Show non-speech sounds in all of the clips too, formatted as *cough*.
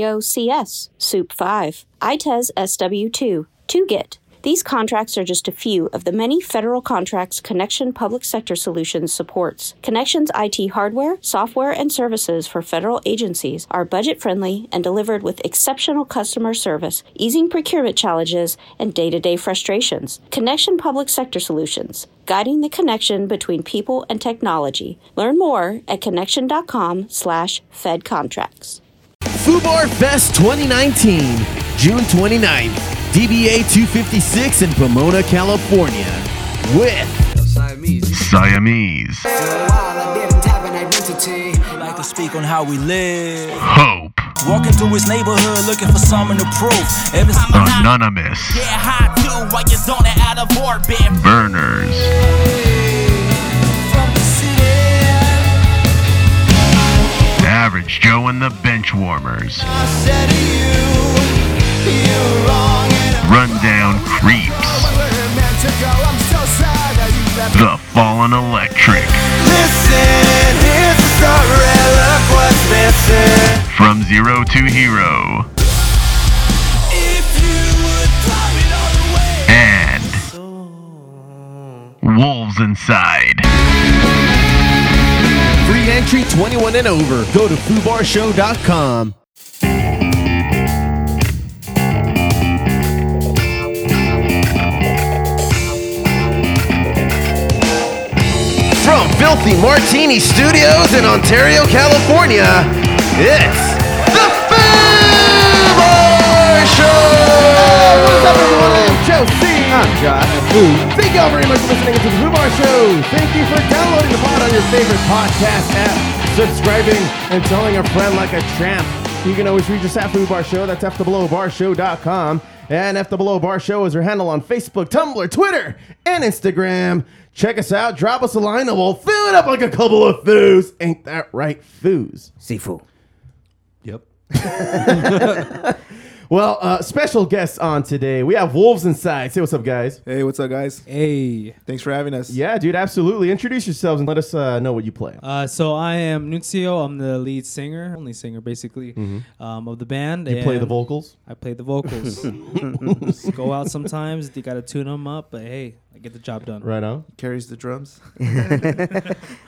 CIOCS, SOUP 5, ITES SW2, TUGIT. These contracts are just a few of the many federal contracts Connection Public Sector Solutions supports. Connection's IT hardware, software, and services for federal agencies are budget friendly and delivered with exceptional customer service, easing procurement challenges and day to day frustrations. Connection Public Sector Solutions, guiding the connection between people and technology. Learn more at connection.com slash fedcontracts. FUBAR Fest 2019, June 29th, DBA 256 in Pomona, California, with Siamese. Like to speak on how we live. Hope. Walking through his neighborhood looking for someone to prove. Ever since Anonymous. Yeah, high too, while you're zoning out of orbit. Burners. Average Joe and the Benchwarmers. Rundown Creeps. The Fallen Electric. From Zero to Hero. And Wolves Inside. free entry 21 and over. Go to FUBARShow.com. From Filthy Martini Studios in Ontario, California, it's the Fubar Show! What's up, everyone? I'm Joe C. I'm Josh. Thank y'all very much for listening to the Fubar Show. Thank you for downloading the pod on your favorite podcast app, subscribing, and telling a friend like a tramp. You can always reach us at Fubar Show. That's afterblowbarshow.com. And F the Below Bar Show is our handle on Facebook, Tumblr, Twitter, and Instagram. Check us out. Drop us a line and we'll fill it up like a couple of foos. Ain't that right, foos? Sifu. Yep. Well, uh, special guests on today. We have Wolves Inside. Say what's up, guys. Hey, what's up, guys? Hey. Thanks for having us. Yeah, dude, absolutely. Introduce yourselves and let us uh, know what you play. Uh, so I am Nuncio. I'm the lead singer, only singer basically, um, of the band. Mm-hmm. you play the and vocals. I play *laughs* the vocals. Just go out sometimes. You gotta tune them up, but hey, I get the job done. Right on. Carries the drums. *laughs*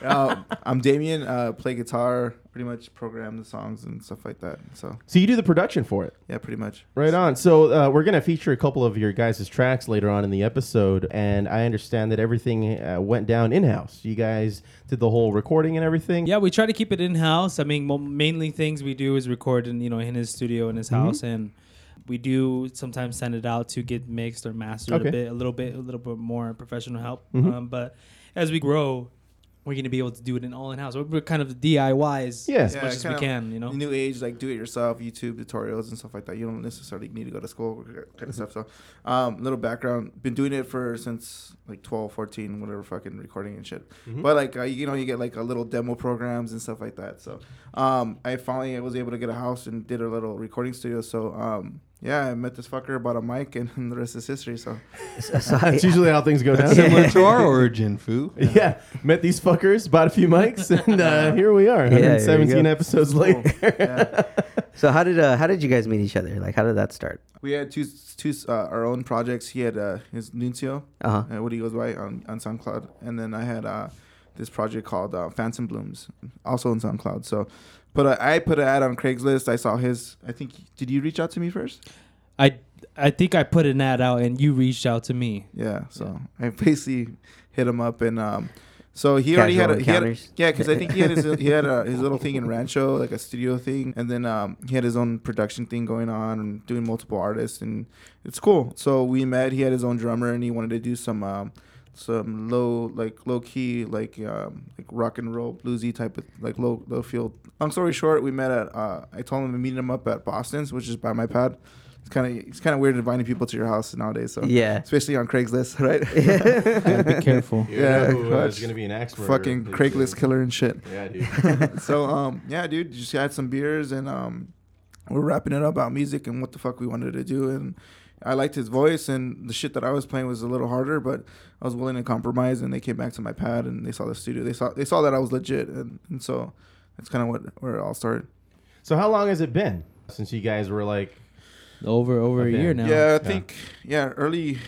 uh, I'm Damien. Uh, play guitar, pretty much program the songs and stuff like that. So, So you do the production for it. yeah, pretty much. Right on. So uh, we're gonna feature a couple of your guys' tracks later on in the episode, and I understand that everything uh, went down in house. You guys did the whole recording and everything. Yeah, we try to keep it in house. I mean, mo- mainly things we do is record in you know in his studio in his Mm-hmm. house, and we do sometimes send it out to get mixed or mastered Okay. Mm-hmm. a bit, a little bit, a little bit more professional help. Um, but as we grow, we're gonna be able to do it in all in house. We're, we're kind of DIYs Yeah. as Yeah, much as we kinda can, you know. New age, like do it yourself, YouTube tutorials and stuff like that. You don't necessarily need to go to school, kind of stuff. So, um, little background. Been doing it for since like 12, 14, whatever, fucking recording and shit. But like, uh, you know, you get like a little demo programs and stuff like that. So, um, I finally was able to get a house and did a little recording studio. So, um, yeah, I met this fucker, bought a mic, and, *laughs* the rest is history. So, *laughs* That's usually how things go down. Yeah. yeah. Similar to *laughs* to our our origin, foo. met these fuckers, bought a few mics, and Uh-huh. uh, here we are, here we 117 go. episodes later. So how did uh, how did you guys meet each other? Like how did that start? We had two two uh, our own projects. He had uh, his Nuncio, Uh-huh. uh, what he goes by on, on SoundCloud, and then I had uh, this project called uh, Phantom Blooms, also on SoundCloud. So, but uh, I put an ad on Craigslist. I saw his. I think did you reach out to me first? I I think I put an ad out and you reached out to me. Yeah. So I *laughs* basically hit him up, and um, so he already had Casual a, he had a- encounters. yeah, because I think he had his he had a, his little thing in Rancho, like a studio thing, and then um, he had his own production thing going on and doing multiple artists, and it's cool. So we met. He had his own drummer, and he wanted to do some um, some low like low key like um, like rock and roll bluesy type of like low low field. Long story short, we met at uh, I told him to meet him up at Boston's, which is by my pad. It's kind of it's kind of weird inviting people to your house nowadays. So Yeah. especially on Craigslist, *laughs* right? Be careful. *laughs* Yeah, who, uh, it's is gonna gonna be an axe fucking Craigslist killer and shit. Yeah, dude. so um, yeah, dude, just had some beers and um, we're wrapping it up about music and what the fuck we wanted to do and. I liked his voice and the shit that I was playing was a little harder, but I was willing to compromise. And they came back to my pad and they saw the studio. They saw they saw that I was legit, and, and so that's kind of what where it all started. so how long has it been? since you guys were like Over over a Okay. year now. yeah, I think yeah, early,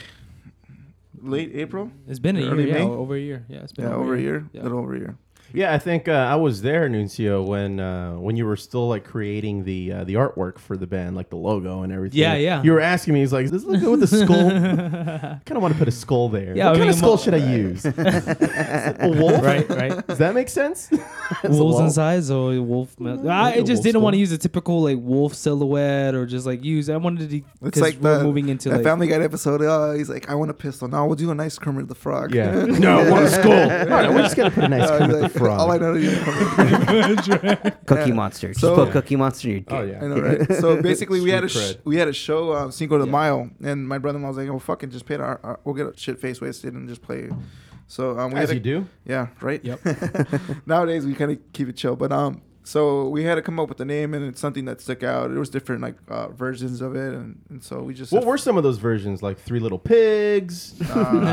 late April. It's been a year. Early Yeah, May? over a year. Yeah, it's been Yeah, over a year, little over a year. Yeah, I think uh, I was there, Nuncio, when uh, when you were still like creating the uh, the artwork for the band, like the logo and everything. Yeah, yeah. You were asking me, he's like, "This look good with the *laughs* skull." I kind of want to put a skull there. Yeah, what kind I mean, of skull mo- should I *laughs* use? a wolf, Right, right. Does that make sense? *laughs* It's a Wolves wolf. inside, so a Mm-hmm. wolf. Me- I, I a just wolf didn't want to skull. use a typical like wolf silhouette or just like use. I wanted to. It's Because like we're the moving into that like *laughs* Family *laughs* Guy episode. Uh, he's like, I want a pistol. No, we'll do a nice Kermit the Frog. Yeah. *laughs* *laughs* no, I want a skull. *laughs* All right, we're just gonna put a nice Uh, kind he's of the like, All *laughs* I frog. know *laughs* is Kermit. Cookie Monster. Just So- put Cookie Monster in your Uh, Oh yeah. I know, *laughs* right? So basically, we had a sh- Street cred. we had a show uh, Cinco de Mayo, and my brother-in-law was like, "Oh, fucking just pay our, our we'll get a shit face wasted and just play." So um, we As had a- you *laughs* do. Yeah, right. Yep. Nowadays we kind of keep it chill, but um, so we had to come up with a name, and it's something that stuck out. There was different like uh, versions of it, and, and so we just What were some of those versions? Like Three Little *laughs* Pigs. Um,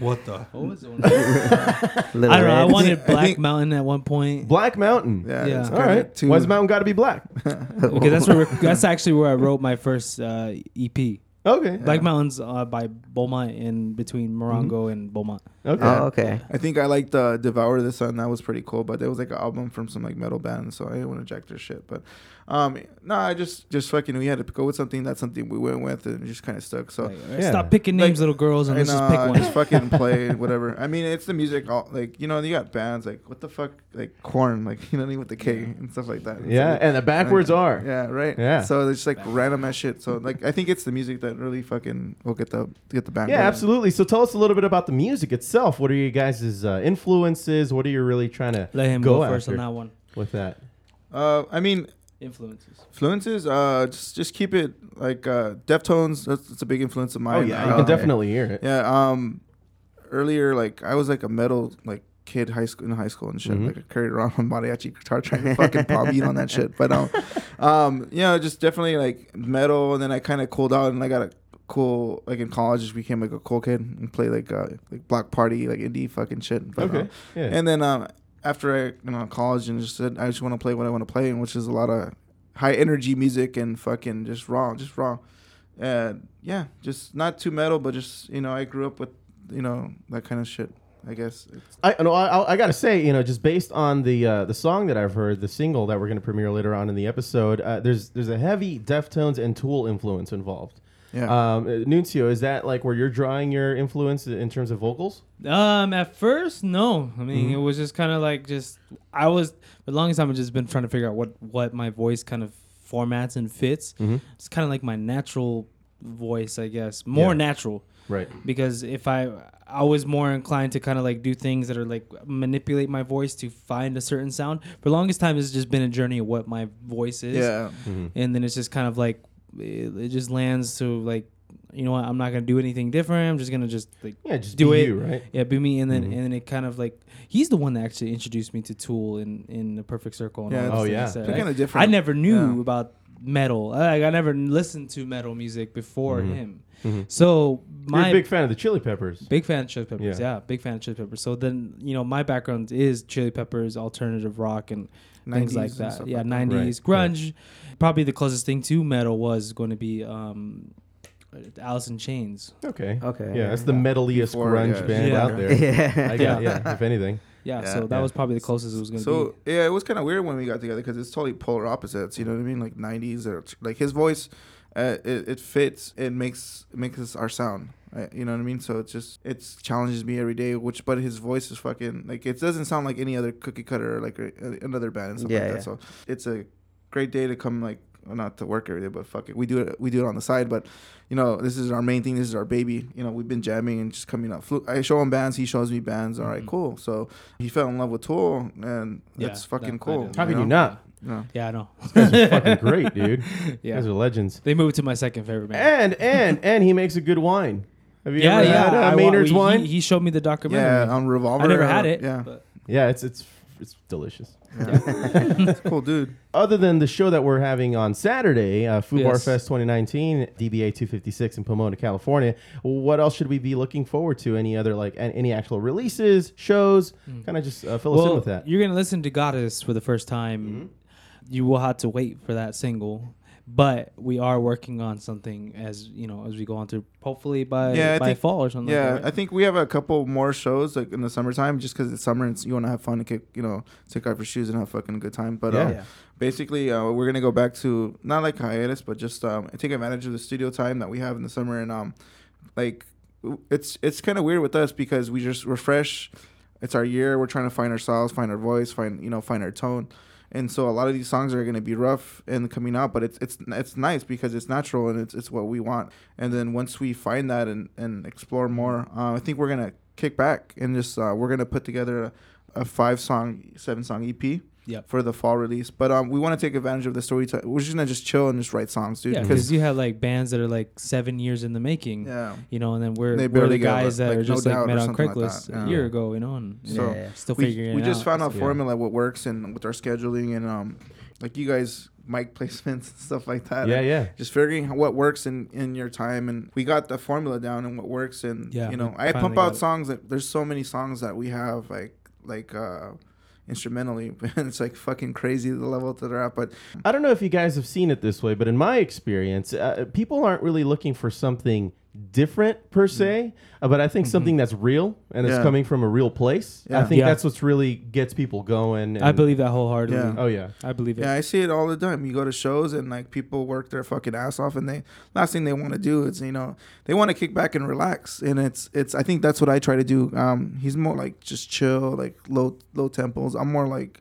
What the? What was the one? I Little don't know. I Reds. *laughs* wanted Black think- Mountain at one point. Black Mountain. yeah, Yeah. it's All kinda right. too- Why's the mountain got to be *laughs* black? Because that's where that's actually where I wrote my first uh, EP. Okay. Black Mountains uh, by Beaumont in between Morongo Mm-hmm. and Beaumont. Okay. Oh, okay. I think I liked uh, Devour the Sun. That was pretty cool, but it was like an album from some like metal band, so I didn't want to jack their shit. But um, no, I just just fucking we had to go with something. That's something we went with, and it just kind of stuck. So. Like, Yeah. Stop picking names, Like, little girls, and, and, let's just pick uh, one. just fucking *laughs* play whatever. I mean, it's the music. All, like you know, you got bands like what the fuck, like Corn, like *laughs* you know, what I mean, with the K and stuff like that. It's Yeah, like- and the backwards are. Yeah, right. Yeah. So it's just like random ass shit. So like, I think it's the music that really fucking will get the get the band. Yeah, going. absolutely. So tell us a little bit about the music itself. What are you guys' uh, influences? What are you really trying to Let him go, go, first after on that one. with that? Uh, I mean, Influences. influences. Uh, just just keep it like uh, Deftones. That's, that's a big influence of mine. Oh yeah, you Uh, can definitely hear it. Yeah. Um, earlier, like I was like a metal like kid high school in high school and shit. Mm-hmm. Like I carried around *laughs* a mariachi guitar trying to fucking pop beat on that shit. But um, *laughs* um, you know, just definitely like metal. And then I kind of cooled out, and I got a cool like in college. Just became like a cool kid and played like uh like block party like indie fucking shit. But, Okay, uh, yeah. And then um, after I you know college and just said I just want to play what I want to play, and which is a lot of high energy music and fucking just raw, just raw and yeah, just not too metal, but just you know, I grew up with you know that kind of shit. I guess. It's, I no, I, I- I gotta say, you know, just based on the uh, the song that I've heard, the single that we're gonna premiere later on in the episode, uh, there's there's a heavy Deftones and Tool influence involved. yeah. Um, uh, Nuncio, is that like where you're drawing your influence in terms of vocals? Um, at first, no. I mean, it was just kind of like just I was for the longest time. I've just been trying to figure out what what my voice kind of formats and fits. It's kind of like my natural voice, I guess, more Yeah. natural Right. because if I I was more inclined to kind of like do things that are like manipulate my voice to find a certain sound. For the longest time, it's just been a journey of what my voice is yeah. Mm-hmm. and then it's just kind of like it, it just lands to like you know what I'm not gonna do anything different. I'm just gonna just like Yeah, just do be it, you, right? Mm-hmm. Yeah, be me, and then and then it kind of like he's the one that actually introduced me to Tool in in the Perfect Circle. And Yeah, all those Oh, things yeah. that They're I- kinda different. I never knew Yeah. about metal. Like I never listened to metal music before him. So Mm-hmm. You're my a big fan of the Chili Peppers. Big fan of Chili Peppers. Yeah. Yeah. big fan of Chili Peppers. So then, you know, my background is Chili Peppers, alternative rock, and things 90s like and that. stuff Yeah, like that. nineties Right, right. grunge. Probably the closest thing to metal was going to be um, Alice in Chains. Okay. Okay. Yeah, that's the metaliest Before, grunge yeah. band Yeah. out there. *laughs* Yeah. I got, yeah. If anything. Yeah, so Yeah. that was probably the closest it was going to So yeah, it was kind of weird when we got together because it's totally polar opposites. You know what I mean? Like '90s or like his voice, uh, it, it fits. It makes it makes us our sound. Uh, you know what I mean? So it's just it's challenges me every day. Which but his voice is fucking like it doesn't sound like any other cookie cutter or like uh, another band and stuff Yeah, like yeah. that. So it's a great day to come like. well, Not to work every day, but fuck it, we do it. We do it on the side, but you know, this is our main thing. This is our baby. You know, we've been jamming and just coming up. Flu- I show him bands, he shows me bands. All right, cool. So he fell in love with Tool, and Yeah, that's fucking that- I cool. did. How you can know? you not? No. be. Yeah, I know. *laughs* Fucking great, dude. You Yeah. guys are legends. they moved to my second favorite band. And and and he makes a good wine. Have you Yeah, ever yeah. had I uh, wa- Maynard's we- wine? He, he showed me the documentary. Yeah, on Revolver. I never uh, had it. Yeah, but- yeah, it's it's it's delicious. it's cool, dude. Other than the show that we're having on Saturday, uh, Food Bar Yes. Fest 2019, DBA 256 in Pomona, California. What else should we be looking forward to? Any other like an- any actual releases, shows? Hmm. Kind of just uh, fill us in with that. Mm-hmm. You're gonna listen to Goddess for the first time. You will have to wait for that single. But we are working on something as you know as we go on through. Hopefully by yeah, I by think, fall or something. Yeah, like that. I think we have a couple more shows like in the summertime, just because it's summer and it's- you want to have fun and kick, you know, take off your shoes and have a fucking good time. But Yeah. um, Yeah. basically, uh, we're gonna go back to not like hiatus, but just um, take advantage of the studio time that we have in the summer and um, like w- it's it's kind of weird with us because we just refresh. It's our year. We're trying to find ourselves, find our voice, find you know, find our tone. And so a lot of these songs are going to be rough and coming out, but it's it's it's nice because it's natural and it's it's what we want. And then once we find that and and explore more, uh, I think we're gonna kick back and just uh, we're gonna put together a, a five song, seven song EP. Yep. For the fall release, but um, we want to take advantage of the story time. We're just gonna just chill and just write songs, dude. Yeah, because you have like bands that are like seven years in the making. Yeah. You know, and then we're, They we're barely the got, guys that like, are just No like Doubt met or on something like Craigslist that, yeah. a year ago, you know, and So Yeah. still we, figuring we it just out. found out formula what works and with our scheduling and um like you guys mic *laughs* placements and stuff like that Yeah, And yeah. just figuring out what works in in your time and we got the formula down and what works and Yeah, you know we i finally pump got out it. songs that there's so many songs that we have like like uh instrumentally *laughs* and it's like fucking crazy the level that they're at but I don't know if you guys have seen it this way, but in my experience, uh, people aren't really looking for something different per se, uh, but I think something that's real and it's Mm. Mm-hmm. Yeah. coming from a real place. I Yeah. think Yeah. that's what's really gets people going. And, I believe that wholeheartedly. Yeah. Oh yeah. I believe it. Yeah, I see it all the time. You go to shows and like people work their fucking ass off, and they last thing they want to do is you know they want to kick back and relax. And it's it's I think that's what I try to do. Um, he's more like just chill, like low low tempos. I'm more like,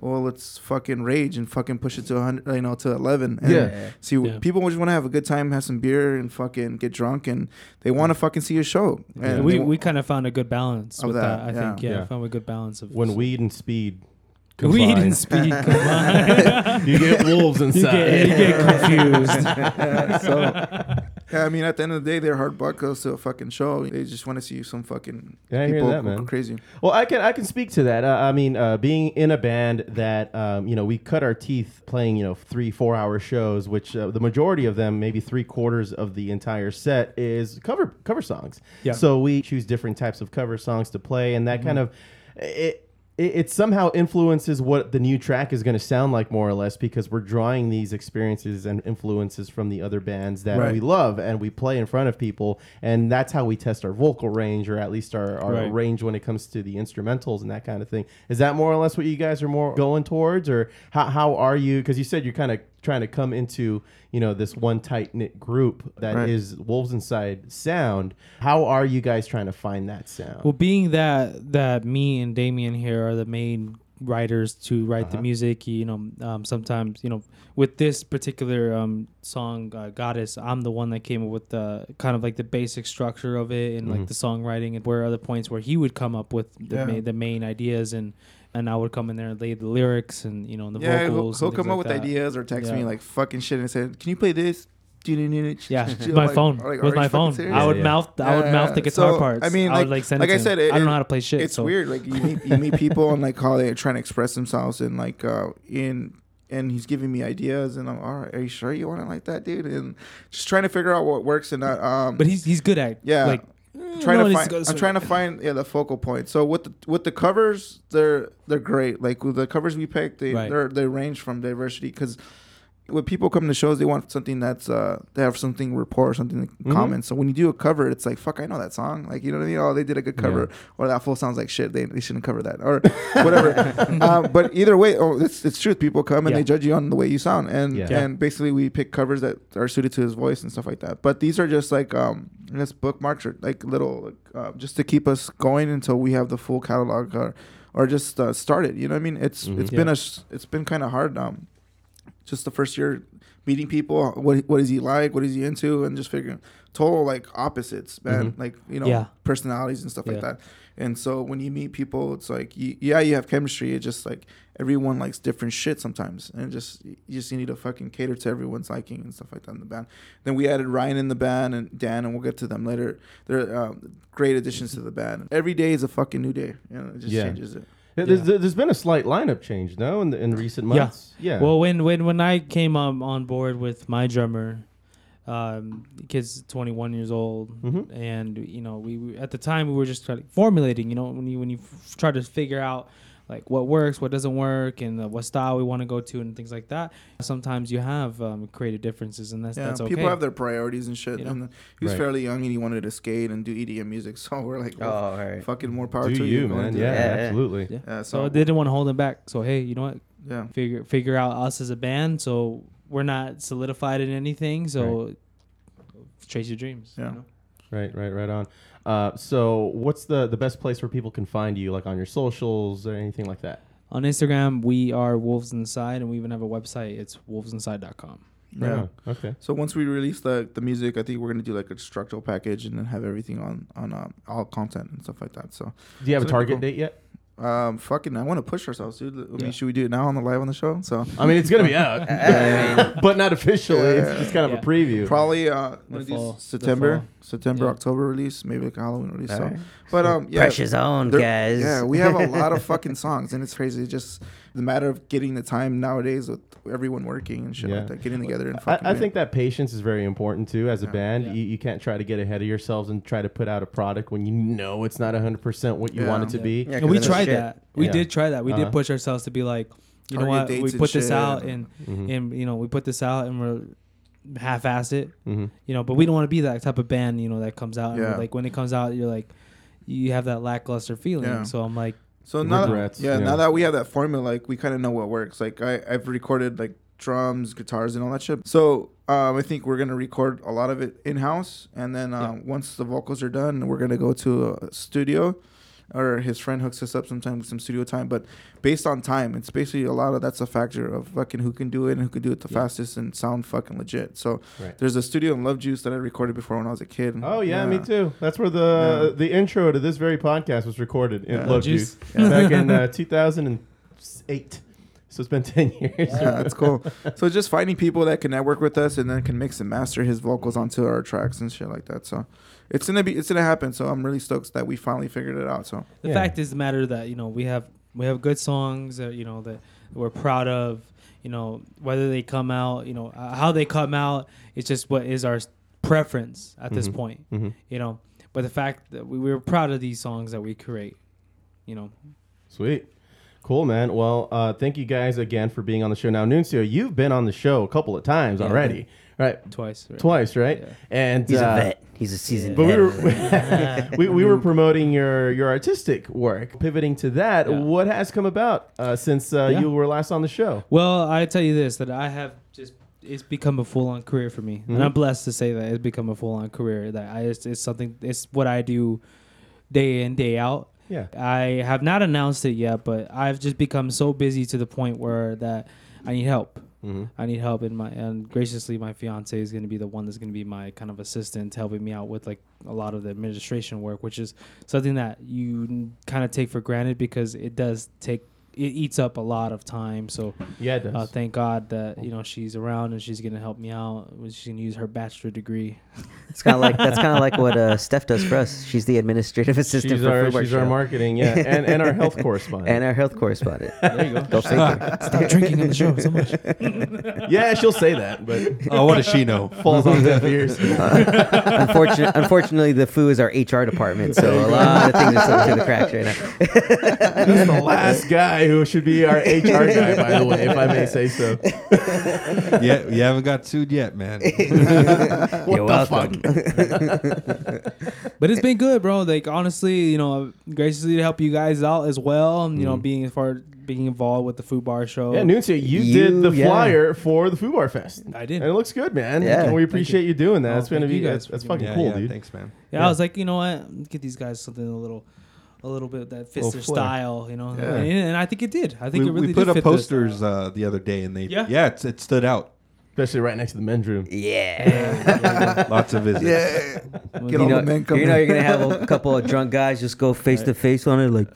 well, let's fucking rage and fucking push it to hundred, you know, to eleven. And Yeah. See, Yeah. people just want to have a good time, have some beer, and fucking get drunk, and they want to fucking see a show. And we they- we kind of found a good balance Of with that, that. I yeah. think yeah, Yeah. found a good balance of When weed and speed. *laughs* weed combine, and speed. *laughs* combined. you get wolves *laughs* you get inside. you get confused. Yeah, I mean, at the end of the day, they're hard buckles to a fucking show. They just want to see some fucking Yeah, I hear people that, go man. crazy. Well, I can I can speak to that. Uh, I mean, uh, being in a band that um, you know we cut our teeth playing you know three four hour shows, which uh, the majority of them, maybe three quarters of the entire set, is cover cover songs. Yeah. Mm-hmm. So we choose different types of cover songs to play, and that kind of it. It, it somehow influences what the new track is going to sound like, more or less, because we're drawing these experiences and influences from the other bands that Right. we love and we play in front of people, and that's how we test our vocal range or at least our, our Right. range when it comes to the instrumentals and that kind of thing. Is that more or less what you guys are more going towards, or how, how are you? Because you said you're kind of trying to come into you know this one tight knit group that is Right. Wolves Inside sound. How are you guys trying to find that sound? well, being that that me and Damien here are the main writers to write the music, you know, um, sometimes you know with this particular um, song uh, "Goddess," I'm the one that came up with the kind of like the basic structure of it and like the songwriting and where are the points where he would come up with the, Yeah. ma- the main ideas and. And I would come in there and lay the lyrics and you know the Yeah, he'll, vocals. he'll and things come up like with that. ideas or text me Yeah. like fucking shit and say, "Can you play this?" *laughs* Yeah, Yeah, my phone with my phone. I Yeah, would yeah. mouth, I would mouth the guitar so, parts. I mean, like, I would like send it like I to said, him. it- I don't know it- how to play shit. It's so. weird. Like you meet, you meet people and like how they're trying to express themselves and like uh, in and he's giving me ideas and I'm all right. Are you sure you want it like that, dude? And just trying to figure out what works and not. Um, But he's he's good at yeah. like trying no, to it's find, good, I'm so- trying to find yeah the focal point. So with the with the covers, they're they're great. Like with the covers we picked, they Right. they're, they range from diversity because when people come to shows, they want something that's uh they have something rapport, something in common. So when you do a cover, it's like fuck, I know that song. Like you know what I mean? Oh, they did a good cover, or that full sounds like shit. They, they shouldn't cover that or *laughs* whatever. um, but either way, oh, it's it's truth. People come and Yeah. they judge you on the way you sound, and Yeah. Yeah. and basically we pick covers that are suited to his voice and stuff like that. But these are just like um, I guess bookmarks or like little like, uh, just to keep us going until we have the full catalog or or just uh, started. You know what I mean? It's it's been a s- it's been kind of hard. Um, just the first year meeting people. What what is he like? What is he into? And just figuring total like opposites, man. Like you know Mm-hmm. Yeah. personalities and stuff like Yeah. that. And so when you meet people, it's like you, yeah, you have chemistry. It's just like everyone likes different shit sometimes, and it just you just need to fucking cater to everyone's liking and stuff like that in the band. Then we added Ryan in the band and Dan, and we'll get to them later. They're um, great additions to the band. Every day is a fucking new day, you know, it just Yeah. changes it. Yeah, there's, there's been a slight lineup change, no, in, the, in recent months. Yeah. Well, when when when I came um, on board with my drummer, um, the kid's 21 years old, Mm-hmm. and you know we, we at the time we were just trying formulating. You know when you when you f- try to figure out like what works, what doesn't work, and uh, what style we want to go to, and things like that. Sometimes you have um, creative differences, and that's Yeah, that's okay. people have their priorities and shit. You know? And he was Right. fairly young and he wanted to skate and do EDM music. *laughs* So we're like, well, Oh, alright. fucking more power Do to you, Go man? into Yeah, that. Yeah. absolutely. Yeah. Yeah, So so- I didn't want to hold him back. So hey, you know what? Yeah. Figure figure out us as a band. So we're not solidified in anything. So chase your dreams. Yeah. You know? Right, right, right on. Uh, so, what's the the best place where people can find you, like on your socials or anything like that? On Instagram, we are Wolves Inside, and we even have a website. It's wolvesinside.com. Yeah. Right on. Okay. So once we release the the music, I think we're gonna do like a structural package and then have everything on on um, all content and stuff like that. So, Do you have So that'd a be target cool. date yet? um, fucking, I want to push ourselves, dude. I mean, Yeah. should we do it now on the live on the show? So I mean, it's gonna be out, *laughs* but not officially. It's just kind of Yeah. a preview. probably uh, wanna The do fall. The September, fall. September, Yeah. October release, maybe like a Halloween release. So, Alright. but um, yeah, Pressure's on, There- guys. Yeah, *laughs* we have a lot of fucking songs, and it's crazy. It's just the matter of getting the time nowadays with everyone working and shit Yeah. like that, getting together and I, fucking. I doing think it. that patience is very important too as a band. Yeah. You, you can't try to get ahead of yourselves and try to put out a product when you know it's not 100% what you want Yeah. it to Yeah. be. Yeah, and 'cause we that's tried shit. that. We Yeah. did try that. We Uh-huh. did push ourselves to be like, you know Target what? dates We and put this shit. Mm-hmm. out and and you know we put this out and we're half-assed it. You know, but we don't want to be that type of band. You know, that comes out Mm-hmm. Yeah. and like when it comes out, you're like, you have that lackluster feeling. Yeah. So I'm like, So now, that, Regrets, yeah, yeah. now that we have that formula, like we kind of know what works. Like I, I've recorded like drums, guitars, and all that shit. So um, I think we're gonna record a lot of it in house, and then um, once the vocals are done, we're gonna go to a studio, or his friend hooks us up sometime with some studio time. But based on time, it's basically a lot of that's a factor of fucking who can do it and who can do it the fastest and sound fucking legit. So Right. there's a studio in Love Juice that I recorded before when I was a kid. Oh yeah, me too. That's where the the intro to this very podcast was recorded in Love Juice. Juice back in uh, 2008. So it's been *laughs* 10 years. *laughs* yeah, that's cool. So just finding people that can network with us and then can mix and master his vocals onto our tracks and shit like that. So it's gonna be it's gonna happen. So I'm really stoked that we finally figured it out. So The Yeah. fact is the matter that you know we have we have good songs that you know that we're proud of. You know whether they come out, you know uh, how they come out. It's just what is our s- preference at this point. You know, but the fact that we, we were proud of these songs that we create. You know, Sweet. Cool, man. Well, uh, thank you guys again for being on the show. Now, Nuncio, you've been on the show a couple of times already, right? twice. right? Twice, right? Yeah. And He's uh, a vet. He's a seasoned But we vet. were *laughs* we, we were promoting your your artistic work. Pivoting to that, Yeah. what has come about uh, since uh, Yeah. you were last on the show? Well, I tell you this that I have just it's become a full on career for me, and I'm blessed to say that it's become a full on career. That I it's, it's something it's what I do day in day out. Yeah. I have not announced it yet, but I've just become so busy to the point where that I need help. I need help, and my and graciously, my fiance is going to be the one that's going to be my kind of assistant, helping me out with like a lot of the administration work, which is something that you kind of take for granted because it does take it eats up a lot of time. So Yeah, Oh, it does. uh, thank God that you know she's around and she's gonna help me out. She's gonna use her bachelor degree. It's kind of like that's kind of like *laughs* what uh, Steph does for us. She's the administrative assistant she's for our, Food Bar she's our Show. marketing, *laughs* yeah, and, and our health correspondent. and our health correspondent. *laughs* There you go. figure. *laughs* Stop drinking on the show so much. *laughs* yeah, she'll say that, but *laughs* Oh, what does she know? falls on deaf *laughs* ears. *laughs* Unfortunately, unfortunately, the foo is our HR department, so a lot of things are slipping through the cracks right now. *laughs* This is the last guy who should be our HR guy, by the way, if I may say so. Yeah, you haven't got sued yet, man. What the You're welcome. fuck? But it's been good, bro. Like honestly, you know, graciously to help you guys out as well. You know, being as far being involved with the food bar show. Yeah, Nuncio, you, Oh, You- did the yeah. flyer for the Foo Bar Fest. I did. And it looks good, man. Yeah. and we Thank appreciate you. doing that. Oh, It's gonna thank be you guys that's, for that's doing fucking yeah, cool, yeah, dude. Thanks, man. Yeah, I was like, you know what? Get these guys something a little, a little bit that fits Little their flair. style. You know, Yeah. and, and I think it did. I think We, it really we put did up fit their posters style. uh, the other day, and they Yeah. yeah, it's, it stood out. Especially right next to the men's room. Yeah. *laughs* Lots of visits. yeah, get You all know, the men coming. *laughs* you know you're gonna have a couple of drunk guys just go face to face on it, like,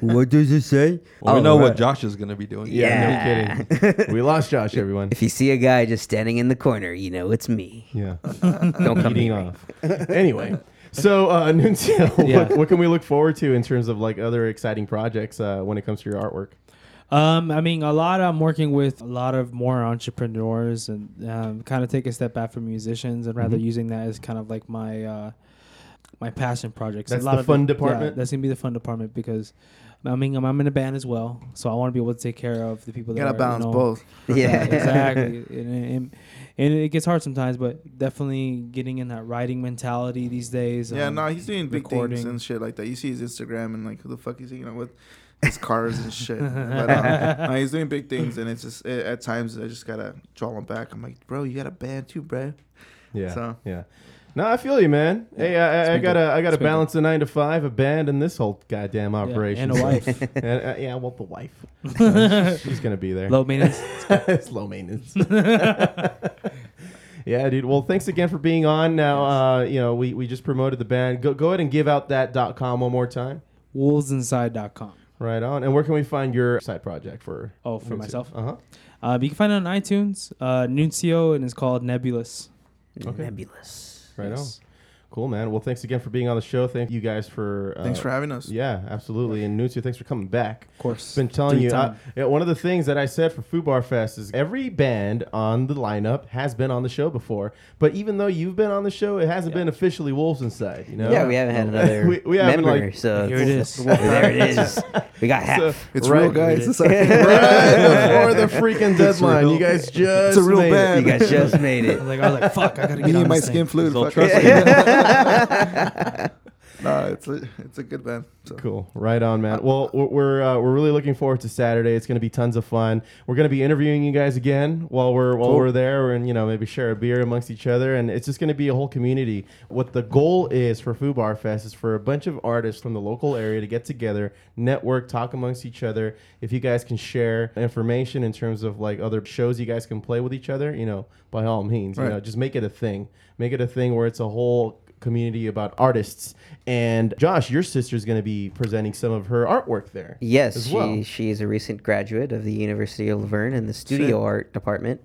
what does it say? Well, we All know right. what Josh is going to be doing. Yeah. No *laughs* kidding. we lost Josh, everyone. If you see a guy just standing in the corner, you know it's me. *laughs* Yeah. Don't come Eating near me. off. Anyway. So, uh, *laughs* Nuncio, what- Yeah. what, can we look forward to in terms of like other exciting projects uh, when it comes to your artwork? Um, I mean, a lot. I'm working with a lot of more entrepreneurs Mm-hmm. and um, kind of take a step back from musicians, and rather using that as kind of like my uh, my passion projects. That's the fun it- yeah, department? that's gonna be the fun department because I mean I'm, I'm in a band as well, so I want to be able to take care of the people. that Gotta are, balance you know- both. *laughs* Yeah. *laughs* *laughs* exactly. And, and, and it gets hard sometimes, but definitely getting in that writing mentality these days. Yeah, um, no, he's doing big things recording. and shit like that. You see his Instagram and like who the fuck he's hanging out with, his cars and shit. But, um, no, he's doing big things, and it's just it, at times I just gotta draw him back. I'm like, bro, you got a band too, bro. Yeah. So- Yeah. No, I feel you, man. Hey, I, I, I Speak gotta, up. I gotta Speak up. balance a nine to five, a band, and this whole goddamn operation. and a So- wife. *laughs* And, uh, yeah, well, the *laughs* wife. She's- She's gonna be there. low maintenance. *laughs* *laughs* it's low maintenance. yeah, dude. Well, thanks again for being on. Now, uh, you know, we, we just promoted the band. Go go ahead and give out that dot com one more time. wolvesinside.com. Right on. And where can we find your side project for? Oh, for myself? Uh huh. Uh, but you can find it on iTunes, uh, Nuncio, and it's called Nebulous. Nebulous. Right Yes. on. Cool, man. Well, thanks again for being on the show. Thank you guys for. Uh, Thanks for having us. Yeah, absolutely. And Nutsu, thanks for coming back. Of course. Been telling Three you, I, time. yeah, one of the things that I said for Fubar Fest is every band on the lineup has been on the show before. But even though you've been on the show, it hasn't been officially Wolves Inside. You know? Um, Yeah, we *laughs* haven't had another We- we haven't, member, like- so Here it is. there it is. We got half. It's Right. real, guys. It's, like, *laughs* right before the freaking deadline, you guys just it's a real made it. *laughs* you band. guys just made it. I was *laughs* like, I was like, fuck, I gotta Me get on and my this thing. skin fluid. It's all fuck. trust nah, it's a, it's a good band. So. Cool. Right on, man. Well, we're we're, uh, we're really looking forward to Saturday. It's going to be tons of fun. We're going to be interviewing you guys again while we're while we're there, and you know maybe share a beer amongst each other, and it's just going to be a whole community. What the goal is for Fubar Fest is for a bunch of artists from the local area to get together, network, talk amongst each other. If you guys can share information in terms of like other shows you guys can play with each other, you know, by all means, you Right. know, just make it a thing. Make it a thing where it's a whole community about artists. And Josh, your sister's going to be presenting some of her artwork there. Yes, as she, well. she is a recent graduate of the University of Laverne in the studio art department.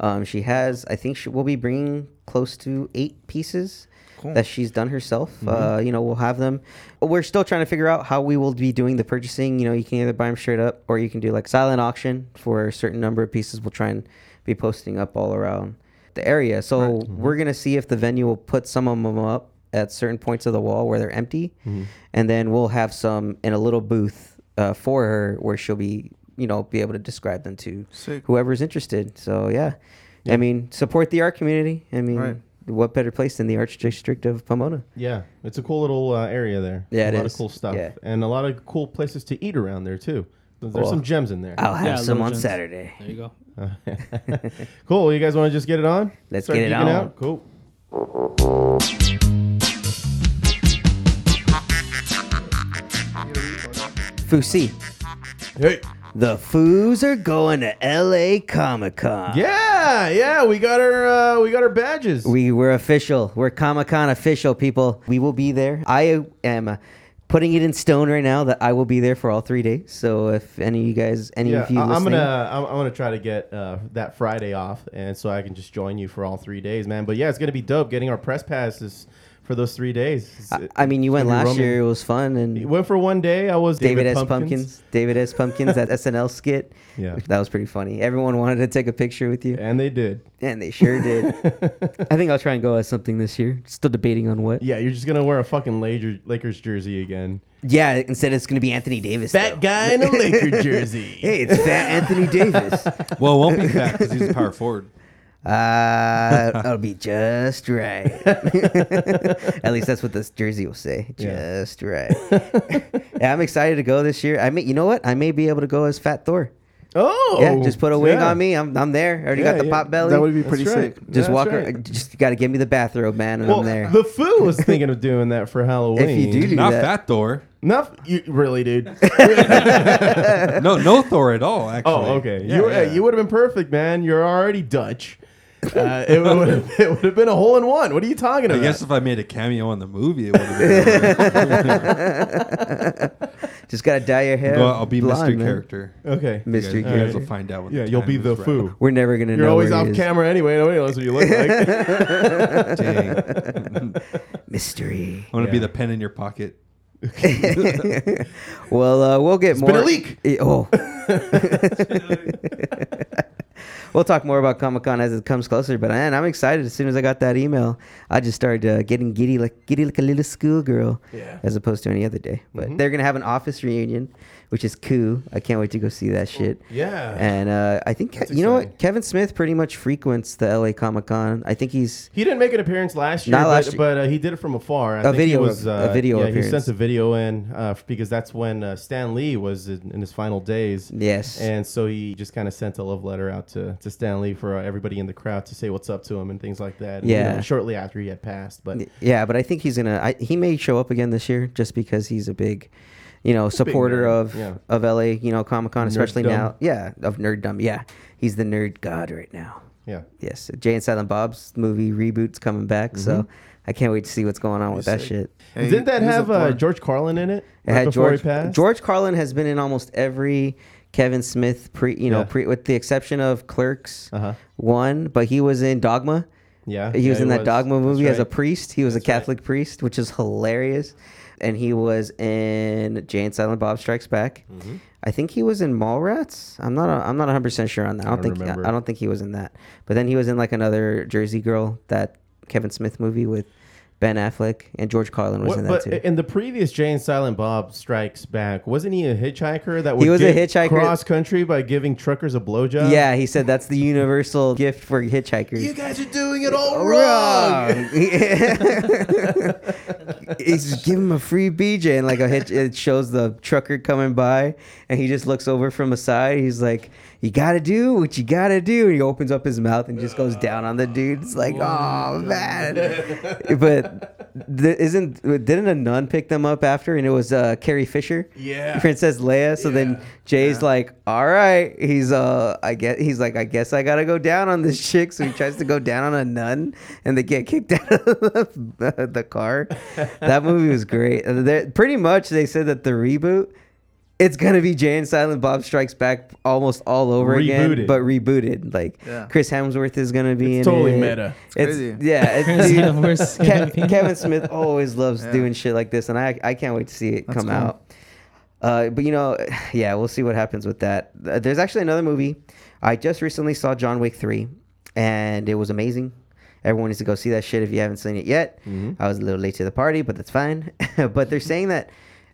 Um, she has, I think, she will be bringing close to eight pieces that she's done herself. Mm-hmm. Uh, you know, we'll have them. We're still trying to figure out how we will be doing the purchasing. You know, you can either buy them straight up or you can do like silent auction for a certain number of pieces. We'll try and be posting up all around the area. So we're gonna see if the venue will put some of them up. At certain points of the wall where they're empty, and then we'll have some in a little booth uh, for her where she'll be you know be able to describe them to Sick. whoever's interested so yeah. i mean support the art community i mean Right. what better place than the arts district of pomona Yeah, it's a cool little uh, area there. Yeah, a it lot is. of cool stuff, Yeah. and a lot of cool places to eat around there too. There's Cool. some gems in there. i'll have Yeah, some Little on Jones. saturday There you go. cool. You guys want to just get it on? Let's Start get it geeking on. out? Cool. Fousey. hey the foos are going to la comic-con Yeah, yeah. We got our uh, we got our badges. We were official. We're Comic Con official, people. We will be there. I am uh, putting it in stone right now that I will be there for all three days. So if any of you guys, any yeah, of you I- I'm listening, gonna I'm, I'm gonna try to get uh, that Friday off, and so I can just join you for all three days, man. But yeah, it's gonna be dope getting our press passes for those three days. It's- I mean, you went gonna be last roaming. year. It was fun, and It went for one day. I was David, David, S. Pumpkins. David S. *laughs* Pumpkins, that SNL skit. Yeah. that was pretty funny. Everyone wanted to take a picture with you, and they did. and they *laughs* sure did. I think I'll try and go as something this year. Still debating on what. Yeah, you're just gonna wear a fucking Laker, Lakers jersey again. Yeah, instead it's gonna be Anthony Davis. though. guy in a *laughs* Laker jersey. Hey, it's Fat *laughs* Anthony Davis. Well, it won't be fat because he's *laughs* a power forward. *laughs* Uh, I'll be just right. At least that's what this jersey will say. Yeah. *laughs* Just right. yeah, I'm excited to go this year. I may, you know what? I may be able to go as Fat Thor. Oh, yeah, just put a wig yeah. on me. I'm, I'm there. I already Yeah, got the yeah. pot belly. That would be That's pretty right. sick. That's just walk. right. ar- Just got to give me the bathrobe, man, and Well, I'm there. the foo was thinking of doing that for Halloween. *laughs* If you do do Not that, *laughs* fat Thor. not f- you really, dude. No, no Thor at all. Actually. Oh, okay. Yeah, you were, yeah. you would have been perfect, man. You're already Dutch. Uh, it *laughs* would have it would have been a hole in one. What are you talking I about? guess if I made a cameo on the movie, it would have been. *laughs* just got to dye your hair. Well, I'll be blonde, mystery man. character. okay. You Mis- guys, Mystery you guys character. will find out. When Yeah, you'll time be is the *laughs* right. foo. We're never gonna know. You're always where he off is. camera anyway. Nobody knows what you look *laughs* like. Dang. I'm Mystery. gonna be Yeah. the pen in your pocket. *laughs* Well, uh, we'll get more. been a leak. Eh, Oh. we'll talk more about Comic Con as it comes closer. But man, I'm excited. As soon as I got that email, I just started uh, getting giddy like giddy like a little schoolgirl, Yeah. Mm-hmm. as opposed to any other day. But they're gonna have an office reunion, which is cool. I can't wait to go see that shit. Yeah. And uh, I think Ke- you know what Kevin Smith pretty much frequents the LA Comic Con. I think he's He didn't make an appearance last year, Not last but, year. but uh, he did it from afar. I A think he video of- was, a uh, video Yeah, he appearance. sent a video in uh, because that's when uh, Stan Lee was in, in his final days. Yes. and so he just kind of sent a love letter out to, to Stan Lee for uh, everybody in the crowd to say what's up to him and things like that. you Yeah. know, shortly after he had passed, but Yeah, but I think he's gonna. I, he may show up again this year just because he's a big, you know, supporter nerd, of yeah. of LA, you know, Comic Con, especially Nerddom. now. Yeah, of nerddom. Yeah, he's the nerd god right now. yeah, Yes, Jay and Silent Bob's movie reboot's coming back, so Mm-hmm. I can't wait to see what's going on with that shit. Hey, didn't that he was have a uh, thorn. George Carlin in it? It right had before George. he passed? George Carlin has been in almost every Kevin Smith pre, you know, Yeah. pre, with the exception of Clerks Uh-huh. one, but he was in Dogma. Yeah, He was yeah, in he that was. Dogma That's movie as a right. priest. He was a Catholic priest, which is hilarious. And he was in Jay and Silent Bob Strikes Back. Mm-hmm. I think he was in Mallrats. I'm not. A, I'm not 100 percent sure on that. I don't don't, think. I- remember. I don't think he was in that. But then he was in like another Jersey Girl that Kevin Smith movie with Ben Affleck and George Carlin was What- in that but too. in the previous Jay and Silent Bob Strikes Back, wasn't he a hitchhiker that would was a get hitchhiker- cross country by giving truckers a blowjob? yeah, he said that's the universal gift for hitchhikers. Oh, You guys are doing it all wrong. wrong. *laughs* He's just give him a free BJ and like a hitch. It shows the trucker coming by, and he just looks over from a side. He's like, "You gotta do what you gotta do." And he opens up his mouth and just goes down on the dude. It's like, oh *laughs* man. but th- isn't didn't a nun pick them up after? And it was uh, Carrie Fisher, Yeah. Princess Leia. So then Jay's like, "All right," he's uh, I guess he's like, "I guess I gotta go down on this chick." So he tries to go down on a nun, and they get kicked *laughs* out of the, the car. That movie was great. And they're- pretty much, they said that the reboot. It's gonna be Jay and Silent Bob Strikes Back almost all over again, Rebooted. but rebooted. Like Yeah. Chris Hemsworth is gonna be It's in totally it. meta. It's, crazy. yeah, it- *laughs* Chris dude, Hemsworth's Ke- gonna *laughs* be- Kevin Smith always loves doing shit like this, and I I can't wait to see it come cool. out. Uh, but you know, *sighs* yeah, we'll see what happens with that. Uh, There's actually another movie. I just recently saw John Wick three, and it was amazing. Everyone needs to go see that shit if you haven't seen it yet. I was a little late to the party, but that's fine. *laughs* but they're saying that,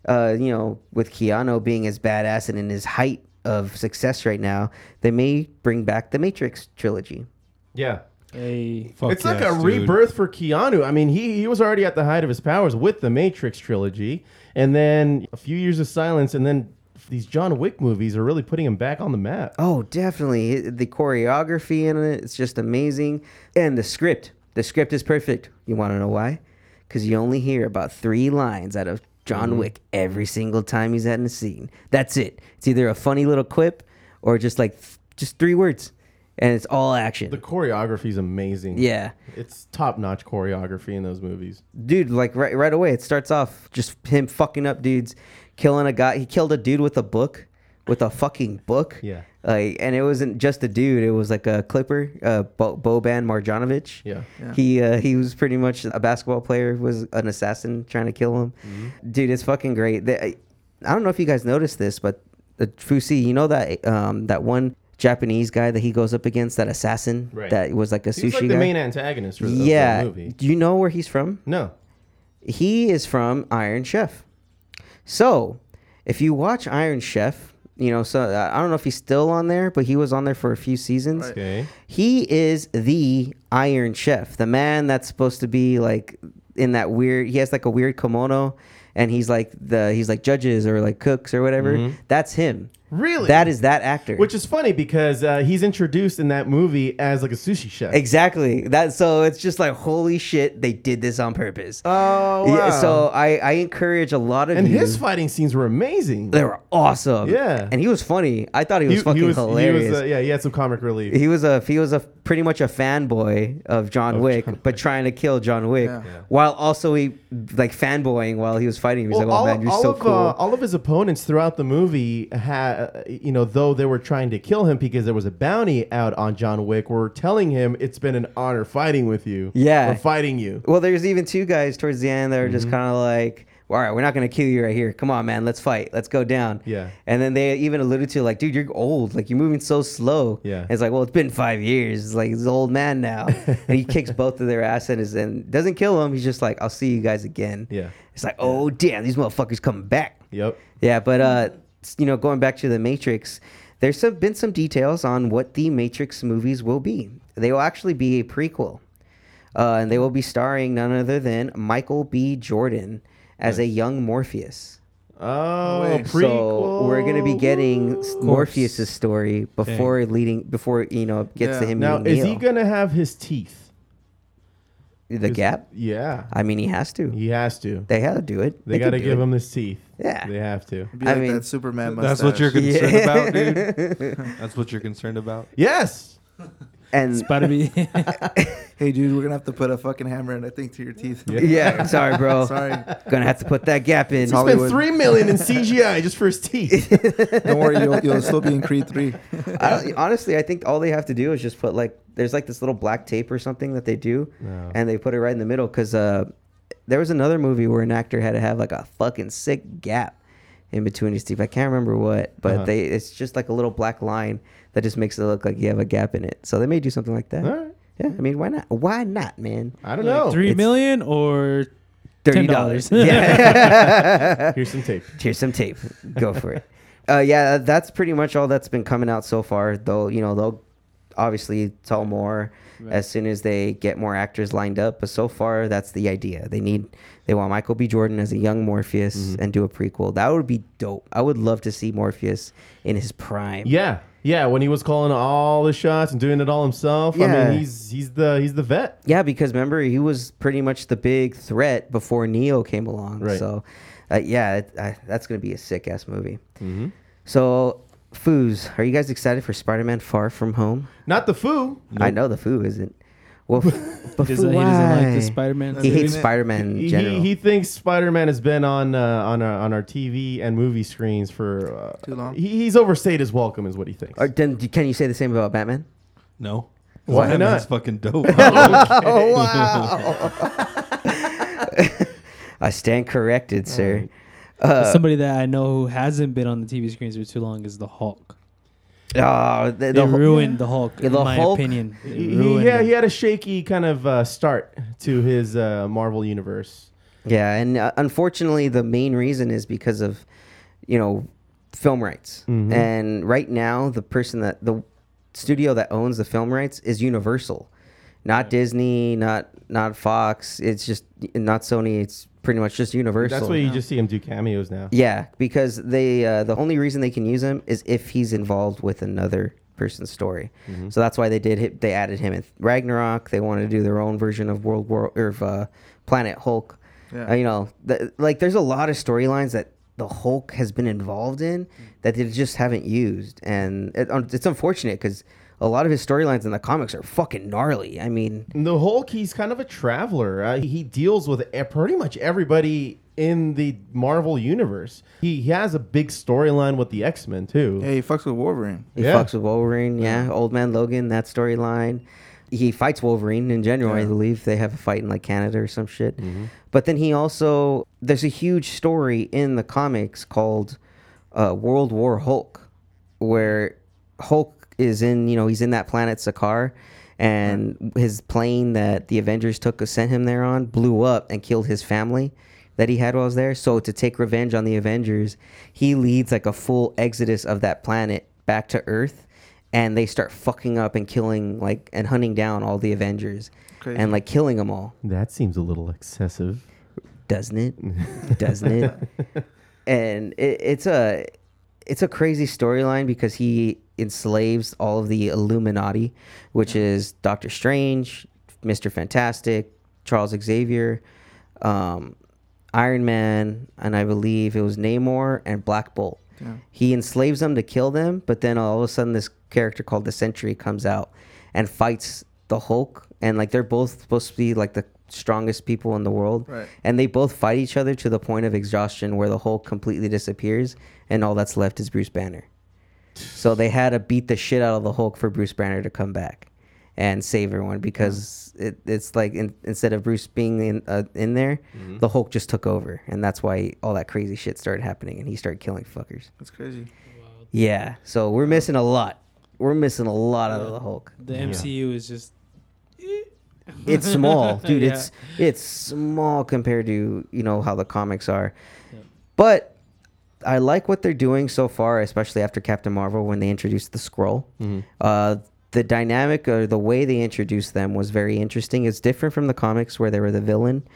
uh, you know, with Keanu being as badass and in his height of success right now, they may bring back the Matrix trilogy. yeah. Hey. Fuck it's like yes, a dude. rebirth for Keanu. I mean, he, he was already at the height of his powers with the Matrix trilogy, and then a few years of silence, and then these John Wick movies are really putting him back on the map. Oh, definitely. It- The choreography in it, it's just amazing. And the script. The script is perfect. You want to know why? Because you only hear about three lines out of John Wick every single time he's at a scene. That's it. It's either a funny little quip or just like, th- just three words. And it's all action. The choreography is amazing. yeah. It's top notch choreography in those movies. dude like right right away it starts off just him fucking up dudes killing a guy he killed a dude with a book with a fucking book Yeah. like and it wasn't just a dude it was like a clipper uh Bo- boban marjanovic Yeah. he uh, he was pretty much a basketball player was an assassin trying to kill him Mm-hmm. dude it's fucking great they, I, I don't know if you guys noticed this but the fusi you know that um that one japanese guy that he goes up against that assassin Right. that was like a sushi He's like the guy main antagonist for the, yeah movie. do you know where he's from No. he is from Iron Chef. So, if you watch Iron Chef, you know, so uh, I don't know if he's still on there, but he was on there for a few seasons. Okay. He is the Iron Chef, the man that's supposed to be like in that weird. He has like a weird kimono, and he's like the he's like judges or like cooks or whatever. That's him. Mm-hmm. Really? That is that actor. Which is funny because uh, he's introduced in that movie as like a sushi chef. Exactly. That so it's just like holy shit, they did this on purpose. Oh, Yeah, wow. so I I encourage a lot of and you- his fighting scenes were amazing. They were awesome. Yeah. and he was funny. I thought he was fucking hilarious. He was, uh, yeah, he had some comic relief. he was a he was a pretty much a fanboy of John Wick, but trying to kill John Wick while also he like fanboying while he was fighting. He's like, "Oh man, you're so of, cool." uh, all of his opponents throughout the movie, had, you know, though they were trying to kill him because there was a bounty out on John Wick, were telling him it's been an honor fighting with you. Yeah. Or fighting you. Mm-hmm. well, there's even two guys towards the end that are just kind of like, all right, we're not gonna kill you right here. Come on, man, let's fight. Let's go down. Yeah. And then they even alluded to like, dude, you're old. Like you're moving so slow. Yeah. And it's like, well, it's been five years. It's like he's an old man *laughs* now, and he kicks both of their ass and is and doesn't kill him. He's just like, I'll see you guys again. Yeah. It's like, oh damn, these motherfuckers coming back. Yep. Yeah, but uh, s- you know, going back to the Matrix, there's some, been some details on what the Matrix movies will be. They will actually be a prequel, uh, and they will be starring none other than Michael B. Jordan as a young Morpheus. Oh, Wait, prequel. So we're gonna be getting s- Morpheus's story before leading before you know it gets to Yeah. him now. meeting Is he Neo. gonna have his teeth? the gap? Yeah, I mean, he has to. he has to. they had to do it. They, gotta could do give it. him his teeth. Yeah. they have to. Be I like mean, that Superman mustache. That's what you're concerned Yeah. about, dude. *laughs* That's what you're concerned about. Yes. *laughs* and *laughs* About to be Hey, dude, we're gonna have to put a fucking hammer in, I think, to your teeth. *laughs* yeah, sorry, *laughs* bro. *laughs* Sorry. Gonna have to put that gap in. It's Spent Hollywood. three *laughs* million in CGI just for his teeth. Don't worry, you'll, you'll still be in Creed Three. I don't, honestly, I think all they have to do is just put like there's like this little black tape or something that they do, Yeah. and they put it right in the middle because uh, there was another movie where an actor had to have like a fucking sick gap in between his teeth. I can't remember what, but Uh-huh. they it's just like a little black line that just makes it look like you have a gap in it. So they may do something like that. All right. Yeah, I mean, why not? Why not, man? I don't know. three million or Thirty dollars. $10. *laughs* yeah. Here's some tape. Here's some tape. Go for it. *laughs* Uh, yeah, that's pretty much all that's been coming out so far. Though you know they'll obviously tell more as soon as they get more actors lined up. But so far, that's the idea. They need they want Michael B. Jordan as a young Morpheus and do a prequel. That would be dope. I would love to see Morpheus in his prime. Yeah, yeah. When he was calling all the shots and doing it all himself. I Yeah. mean, he's he's the he's the vet. Yeah, because remember he was pretty much the big threat before Neo came along. Right. So, uh, yeah, it, I, that's gonna be a sick ass movie. Mm-hmm. So, Foos, are you guys excited for Spider-Man: Far From Home? Not the foo. I know the Foo isn't. *laughs* Well, f- but he Foo, doesn't, he doesn't like why? the Spider Man. He hates He- Spider-Man in He, general. he, he thinks Spider Man has been on uh, on our, on our TV and movie screens for uh, Too long. He, he's overstayed his welcome, is what he thinks. or then, d- can you say the same about Batman? No. Why Batman's not? fucking dope. *laughs* *laughs* oh, *laughs* I Uh, stand corrected, Oh. sir. Somebody that I know who hasn't been on the TV screens for too long is the Hulk. Oh, the, They the, whole- ruined the Hulk, in the my Hulk- opinion. They He- he, ruined yeah, it. he had a shaky kind of uh, start to his uh, Marvel universe. Yeah, and uh, unfortunately, the main reason is because of, you know, film rights. Mm-hmm. And right now, the person that the studio that owns the film rights is Universal, not Disney, not not Fox. It's just not Sony. It's pretty much just Universal. That's why you just see him do cameos now. Yeah, because they uh, the only reason they can use him is if he's involved with another person's story. So that's why they did hit, they added him in Ragnarok. They wanted to do their own version of World War or of uh, Planet Hulk. Yeah. Uh, you know, th- like there's a lot of storylines that the Hulk has been involved in that they just haven't used, and it, un- it's unfortunate because a lot of his storylines in the comics are fucking gnarly. I mean, The Hulk, he's kind of a traveler. Uh, he deals with e- pretty much everybody in the Marvel universe. He, he has a big storyline with the X Men too. Hey, he fucks with Wolverine. He Yeah. fucks with Wolverine. Yeah. Old Man Logan, that storyline. He fights Wolverine in general. I believe they have a fight in like Canada or some shit. But then he also there's a huge story in the comics called uh, World War Hulk, where Hulk is in you know he's in that planet Sakaar, and his plane that the Avengers took sent him there on blew up and killed his family that he had while I was there. So to take revenge on the Avengers, he leads like a full exodus of that planet back to Earth, and they start fucking up and killing like and hunting down all the Avengers Crazy. and like killing them all, That seems a little excessive. doesn't it? doesn't it? And it, it's a it's a crazy storyline because he enslaves all of the Illuminati, which is Doctor Strange, Mister Fantastic, Charles Xavier, um, Iron Man, and I believe it was Namor and Black Bolt. He enslaves them to kill them, but then all of a sudden, this character called the Sentry comes out and fights the Hulk, and like they're both supposed to be like the strongest people in the world, Right. and they both fight each other to the point of exhaustion where the Hulk completely disappears, and all that's left is Bruce Banner. So they had to beat the shit out of the Hulk for Bruce Banner to come back. and save everyone because it, it's like in, instead of Bruce being in uh, in there, the Hulk just took over, and that's why all that crazy shit started happening, and he started killing fuckers. That's crazy. Yeah, so we're missing a lot. We're missing a lot of the Hulk. The MCU is just *laughs* It's small, dude. Yeah. It's it's small compared to you know how the comics are, but I like what they're doing so far, especially after Captain Marvel when they introduced the scroll. Uh, the dynamic or the way they introduced them was very interesting. It's different from the comics where they were the villain.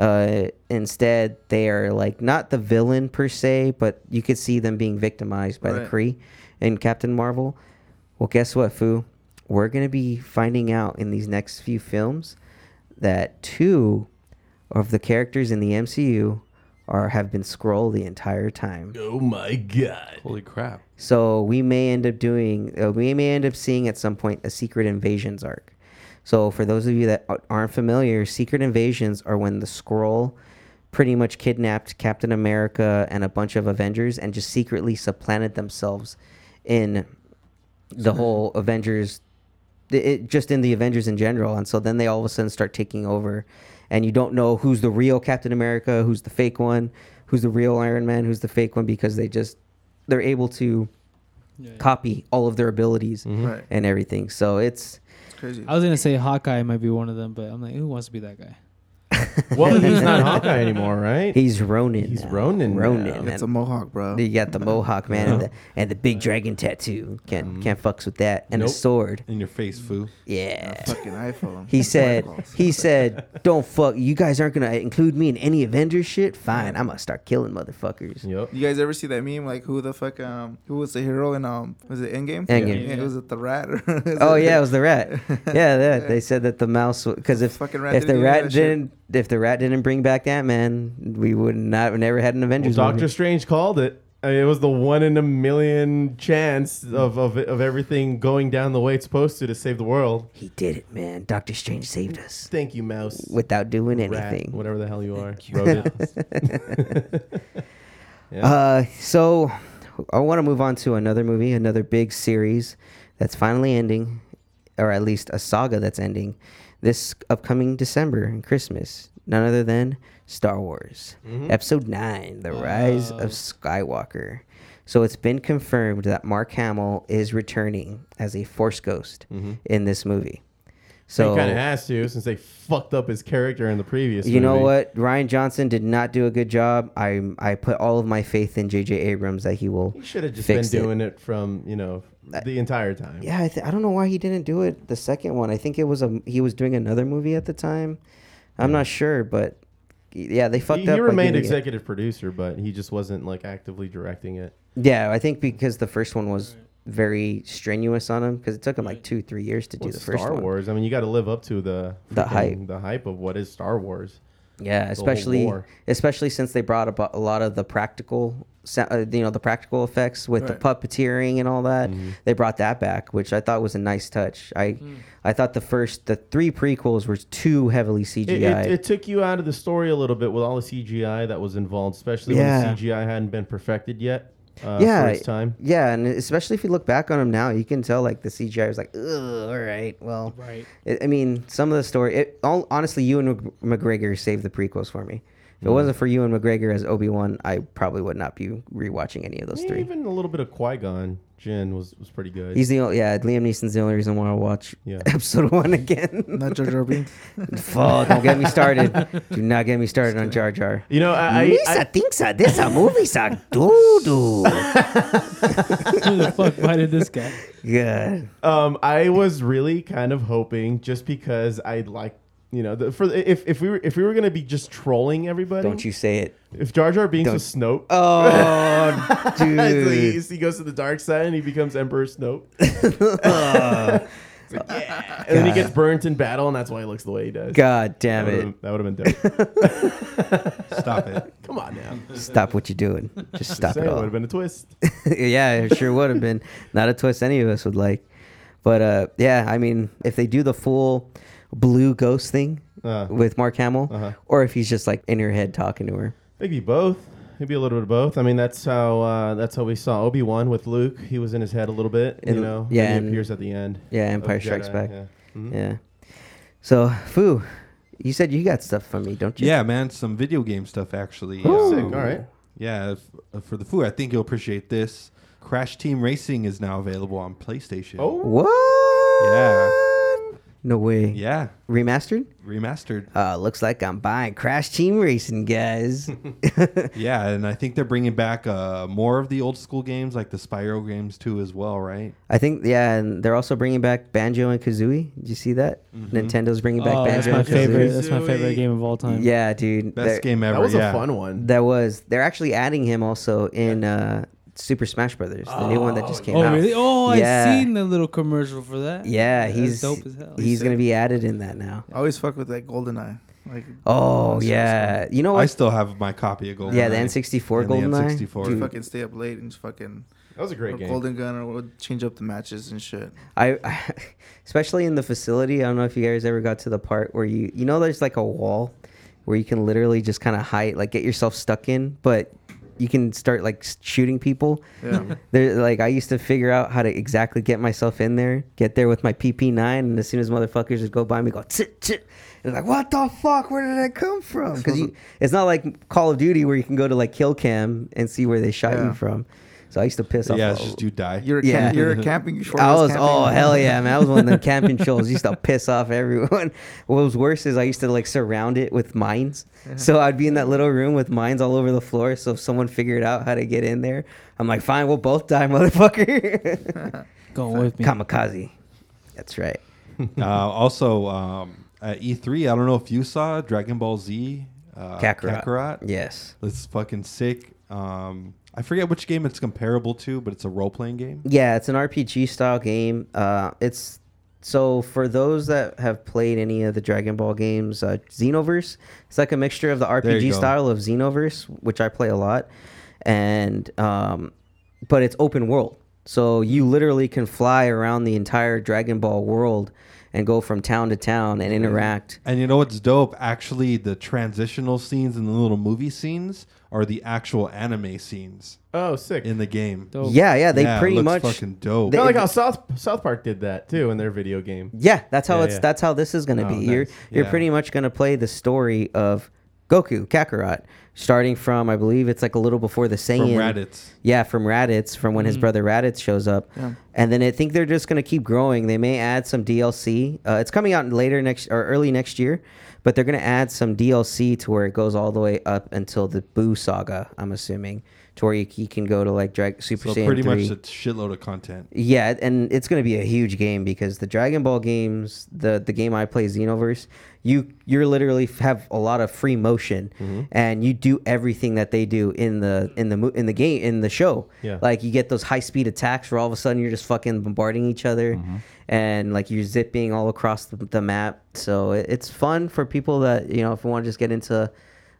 Uh, instead, they are like not the villain per se, but you could see them being victimized by the Right. Kree and Captain Marvel. Well, guess what, Foo? We're gonna be finding out in these next few films that two of the characters in the MCU are have been scroll the entire time. Oh my god. Holy crap. So we may end up doing, uh, we may end up seeing at some point a Secret Invasions arc. So for those of you that a- aren't familiar, Secret Invasions are when the Skrull pretty much kidnapped Captain America and a bunch of Avengers and just secretly supplanted themselves in the whole Avengers, it- it, just in the Avengers in general. And so then they all of a sudden start taking over, and you don't know who's the real Captain America, who's the fake one, who's the real Iron Man, who's the fake one, because they just they're able to copy all of their abilities Mm-hmm. Right. and everything. So it's It's crazy. I was gonna say Hawkeye might be one of them, but I'm like, who wants to be that guy? *laughs* Well, he's not Hawkeye anymore, right? he's Ronin. He's now. Ronin now. Ronin. it's a and mohawk, bro. you got the mohawk man and, the, and the big dragon tattoo. Can't Mm-hmm. can't fucks with that. And a Nope. sword. In your face, foo. Yeah. Fucking iPhone. He said, he said, don't fuck. You guys aren't gonna include me in any Avengers shit. Fine, I'm gonna start killing motherfuckers. Yep. You guys ever see that meme? Like, who the fuck, um, who was the hero in, um, was it Endgame? Endgame. Yeah, was *laughs* it the rat? Or is Oh it- yeah, it was the *laughs* rat. Yeah, yeah. They said that the mouse because if Fucking rat if the didn't do rat that shit. didn't if the rat didn't bring back Ant Man, we would not we never had an Well, Avengers. movie. Doctor Strange called it. I mean, it was the one in a million chance of, of, of everything going down the way it's supposed to to save the world. He did it, man. Doctor Strange saved us Thank you, mouse. without doing rat, anything. whatever the hell you are. Rodent. Uh, so I want to move on to another movie, another big series that's finally ending, or at least a saga that's ending this upcoming December and Christmas. None other than Star Wars, Episode Nine: The Rise of Skywalker. So it's been confirmed that Mark Hamill is returning as a Force ghost in this movie. *laughs* So he kind of has to since they fucked up his character in the previous. you know movie. what? Ryan Johnson did not do a good job. I I put all of my faith in J.J. Abrams that he will. He should have just been fix it. doing it from you know the entire time. Yeah, I, th- I don't know why he didn't do it the second one. I think it was a he was doing another movie at the time. I'm not sure, but yeah, they fucked He, up. he by remained giving it- executive producer, but he just wasn't like actively directing it. Yeah, I think because the first one was very strenuous on him because it took him like two three years to do Well, the first Star one. Wars. I mean, you got to live up to the The freaking- hype. the hype of what is Star Wars. Yeah, whole especially war. especially since they brought up a lot of the practical, sa- uh, you know, the practical effects with the puppeteering and all that. Mm-hmm. They brought that back, which I thought was a nice touch. I I thought the first the three prequels were too heavily CGI. It, it, it took you out of the story a little bit with all the CGI that was involved, especially Yeah. when the CGI hadn't been perfected yet. Uh, yeah, for its time. yeah, and especially if you look back on them now, you can tell like the CGI was like, Ugh, all right, well, Right. I- I mean, some of the story. It, all, honestly, you and McGregor saved the prequels for me. Mm-hmm. If it wasn't for you and McGregor as Obi Wan, I probably would not be rewatching any of those Yeah, three. Even a little bit of Qui Gon Jin was, was pretty good. He's the only, yeah. Liam Neeson's the only reason why I watch Yeah. *laughs* episode one again. Not Jar Jar *laughs* Binks. Fuck! Don't get me started. Do not get me started on Jar Jar. you know, I, I, Lisa thinks that this a movie's a doo doo. Who the fuck invited this guy? Yeah. Um, I was really kind of hoping just because I like, you know, the, for if, if we were if we were gonna be just trolling everybody, Don't you say *laughs* it. if Jar Jar Binks was Snoke, Oh, so he, dude. he goes to the dark side and he becomes Emperor *laughs* Snoke. It's like, yeah. And then he gets burnt in battle, and that's why he looks the way he does. God damn That it. would've- that would have been dope. *laughs* Stop it. Come on now. Stop what you're doing. Just stop Say it it would all. have been a twist. *laughs* yeah, it sure would have been. Not a twist any of us would like. But uh, yeah, I mean, if they do the full blue ghost thing Uh-huh. Uh. with Mark Hamill, or if he's just like in her head talking to her. Maybe both. Maybe a little bit of both. I mean, that's how uh, that's how we saw Obi Wan with Luke. He was in his head a little bit, And- you know. yeah, and and- he appears at the end. Yeah, of Empire Strikes Jedi, Back. yeah. Mm-hmm. Yeah. So, Foo, you said you got stuff from me, don't you? *laughs* Yeah, man, some video game stuff actually. Um, Ooh. Sick, all right. Yeah, if, uh, for the food, I think you'll appreciate this. Crash Team Racing is now available on PlayStation. Oh, What? Yeah. No way. Yeah, Remastered? remastered. Uh, looks like I'm buying Crash Team Racing, *laughs* guys. Yeah, and I think they're bringing back uh, more of the old school games, like the Spyro games too, as well, right? I think, yeah, and they're also bringing back Banjo and Kazooie. Did you see that? Mm-hmm. Nintendo's bringing back Oh, that's Banjo my and Kazooie. favorite. That's my Kazooie. favorite game of all time. Yeah, dude. Best They're- game ever. that was yeah. a fun one. That was. They're actually adding him also in uh, Super Smash Brothers, the new one that just came Oh out. really? Oh, Yeah. I seen the little commercial for that. Yeah, That's he's dope as hell. he's gonna be added in that now. I always fuck with that golden eye. Like Oh yeah, you know I what? still have my copy of Goldeneye. Yeah, the N64 and the GoldenEye. N64. Dude. fucking stay up late and just fucking That was a great or game. golden gun or we'll change up the matches and shit. I, *laughs* I especially in the facility. I don't know if you guys ever got to the part where you you know there's like a wall where you can literally just kind of hide, like get yourself stuck in, but you can start like s- shooting people. Yeah. *laughs* There, like I used to figure out how to exactly get myself in there, get there with my PP9, and as soon as motherfuckers would go by me, go tsit tsit, and like what the fuck, where did that come from? Because *laughs* it's not like Call of Duty where you can go to like kill cam and see where they shot you Yeah. from. So I used to piss off. yeah, it's all- just you die. You're a Yeah. camp, *laughs* you're a camping. short I ass was camping. oh hell yeah man! I was one of them *laughs* camping trolls. Used to piss off everyone. *laughs* What was worse is I used to like surround it with mines. So I'd be in that little room with mines all over the floor. So if someone figured out how to get in there, I'm like, fine, we'll both die, *laughs* motherfucker. *laughs* going with me. Kamikaze. That's right. uh, also, um, at E3, I don't know if you saw Dragon Ball Z. Uh, Kakarot. Kakarot. Yes. It's fucking sick. Um, I forget which game it's comparable to, but it's a role playing game. Yeah, it's an RPG style game. Uh, it's so for those that have played any of the Dragon Ball games, uh, Xenoverse. It's like a mixture of the There you RPG go. style of Xenoverse, which I play a lot, and um, but it's open world. So you literally can fly around the entire Dragon Ball world and go from town to town and interact. And you know what's dope? Actually, the transitional scenes and the little movie scenes are the actual anime scenes Oh, sick. in the game. Dope. Yeah, yeah, they Yeah, it pretty looks much fucking dope. they- Kind of like how South South Park did that too in their video game. Yeah, that's how Yeah, it's yeah. that's how this is gonna Oh, be. You're nice. you're Yeah. pretty much gonna play the story of Goku Kakarot, starting from I believe it's like a little before the Saiyan. From Raditz. Mm-hmm. Yeah, from Raditz, from when his brother Raditz shows up, and then I think they're just gonna keep growing. They may add some DLC. Uh, it's coming out later next or early next year, but they're gonna add some DLC to where it goes all the way up until the Boo Saga. I'm assuming to where you, you can go to like Drag Super So Saiyan pretty three. much a shitload of content. Yeah, and it's going to be a huge game because the Dragon Ball games, the the game I play Xenoverse, you you're literally f- have a lot of free motion and you do everything that they do in the in the mo- in the game in the show. Yeah. Like you get those high speed attacks where all of a sudden you're just fucking bombarding each other and like you're zipping all across the, the map. So it, it's fun for people that, you know, if you want to just get into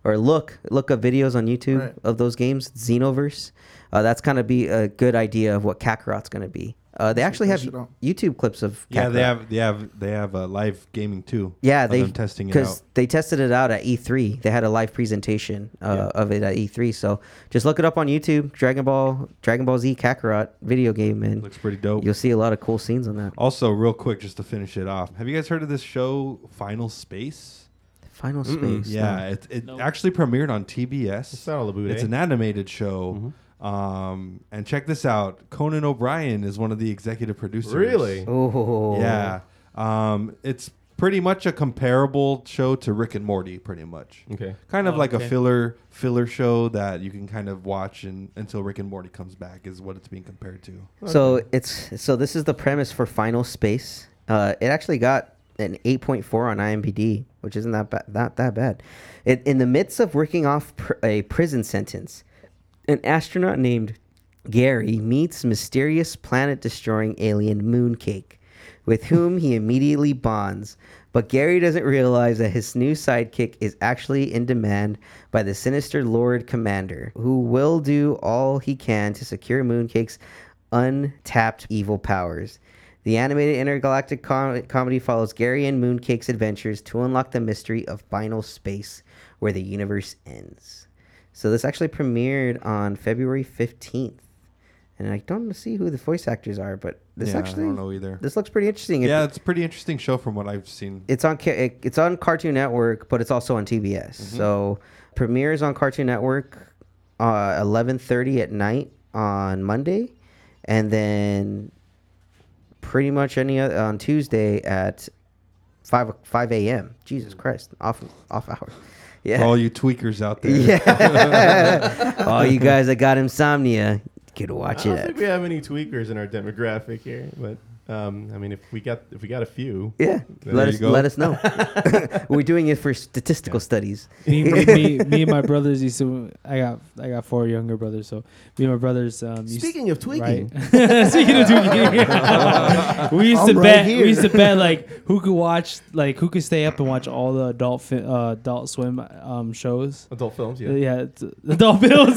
or look look up videos on YouTube Right. of those games, Xenoverse. Uh, that's kind of be a good idea of what Kakarot's going to be. Uh, they actually have it out. YouTube clips of Kakarot. Yeah, they have they have they have uh, live gaming too. yeah of they them testing it out. they tested it out at E3. They had a live presentation uh, of it at E3. So just look it up on YouTube, Dragon Ball Dragon Ball Z Kakarot video game, and Looks pretty dope. you'll see a lot of cool scenes on that. Also, real quick, just to finish it off, have you guys heard of this show, Final Space? Final Space. Yeah, it, it actually premiered on TBS. It's not a Labude. It's an animated show. Um, and check this out: Conan O'Brien is one of the executive producers. Really? Oh. Yeah. Um, it's pretty much a comparable show to Rick and Morty, pretty much. Okay. Kind of like okay. a filler filler show that you can kind of watch and, until Rick and Morty comes back is what it's being compared to. So it's so this is the premise for Final Space. Uh, it actually got an 8.4 on IMDb, which isn't that ba- not that bad. It, in the midst of working off pr- a prison sentence, an astronaut named Gary meets mysterious planet-destroying alien Mooncake, with whom he immediately bonds. But Gary doesn't realize that his new sidekick is actually in demand by the sinister Lord Commander, who will do all he can to secure Mooncake's untapped evil powers. The animated intergalactic com- comedy follows Gary and Mooncake's adventures to unlock the mystery of final space where the universe ends. So this actually premiered on February 15th and I don't see who the voice actors are, but this Yeah, I actually don't know either. This looks pretty interesting. It- Yeah, it's a pretty interesting show from what I've seen. it's on ca- it- it's on Cartoon Network, but it's also on TBS. Mm-hmm. So premieres on Cartoon Network, uh, eleven thirty at night on Monday, and then pretty much any other, on Tuesday at five o- five a.m. Jesus Mm-hmm. Christ, off off hour. *laughs* For Yeah, all you tweakers out there. yeah. all you guys that got insomnia, could I watch don't it. think we have any tweakers in our demographic here, but um, I mean, if we got if we got a few, yeah, There let you us go. let us *laughs* know. *laughs* We're doing it for statistical studies. *laughs* me, me, me, me and my brothers used to. I got I got four younger brothers, so me and my brothers. Um, used Speaking of tweaking, right? *laughs* speaking of tweaking, *laughs* we used to I'm right bet. here. We used to bet like who could watch, like who could stay up and watch all the adult fi- uh, adult swim um, shows. adult films, yeah. Yeah, it's *laughs* adult films.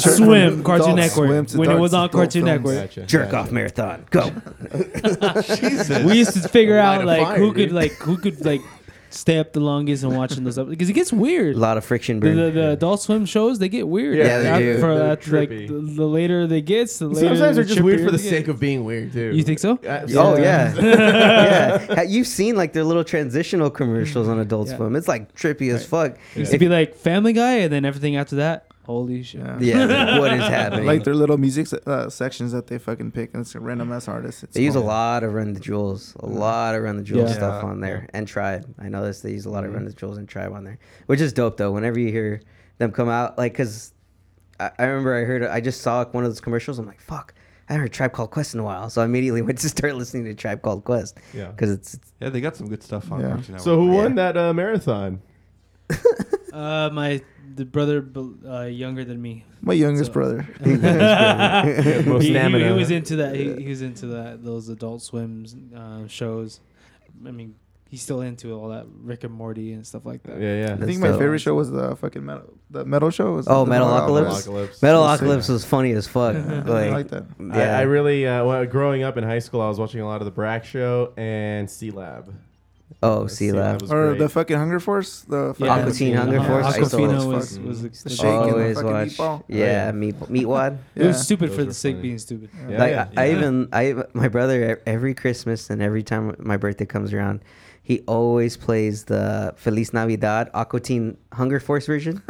Turn from swim. Cartoon Adult Network. Swim to when it Adult- was on Adult Cartoon films. Network, Gotcha. Jerk off marathon, *laughs* go. we used *laughs* to figure Light out a like fire, who dude. could like who could like stay up the longest and watching those up because it gets weird. A lot of friction The, burn. the, the Adult Swim shows they get weird. Yeah, they After- do. For They're that, like the, trippy. the later they gets, the later Sometimes they're just the weird chippier for the they sake get. of being weird, too. You think so? Uh, *laughs* Oh yeah, yeah. Ha- You've seen like their little transitional commercials on Adult Yeah. Swim. It's like trippy as fuck. It used to be like Family Guy, and then everything after that. Holy shit! Yeah. *laughs* Yeah, like, what is happening? Like their little music se- uh, sections that they fucking pick, and it's random ass artists. It's they use a cool. lot of Run the Jewels, a lot of Run the Jewels Yeah. stuff Yeah. on there, and Tribe. I noticed they use a lot of Run the Jewels and Tribe on there, which is dope though. Whenever you hear them come out, like, cause I, I remember I heard, I just saw like, one of those commercials. I'm like, fuck, I haven't heard Tribe Called Quest in a while, so I immediately *laughs* went to start listening to Tribe Called Quest. Yeah. because it's Yeah, they got some good stuff on Yeah. Cartoon So Network. who won that uh, marathon? Uh, my the brother bel- uh, younger than *laughs* me. My youngest *laughs* brother. *laughs* most he, he- stamina. he was into that. He, he was into that. Those Adult Swims uh, shows. I mean, he's still into all that Rick and Morty and stuff like that. Yeah, yeah. I think That's my dope. favorite show was the fucking metal, the metal show. Was Oh, the Metalocalypse? Metalocalypse was funny as fuck. I Like, like that. I, I really uh, well, growing up in high school, I was watching a lot of the Brack Show and C Lab. Oh, C Lab. was Or great. the fucking Hunger Force. The fucking Aqua Teen Hunger Uh-huh. Force, I used to Aquafina watch was, fucking- was, the was shake and the Always fucking watch. meatball. Yeah, meat meat *laughs* wad. It was Yeah. stupid Those for were the sake funny. being stupid. Yeah, like yeah. I, I even I my brother e- every Christmas and every time my birthday comes around, he always plays the Feliz Navidad Aqua Teen Hunger Force *laughs* version.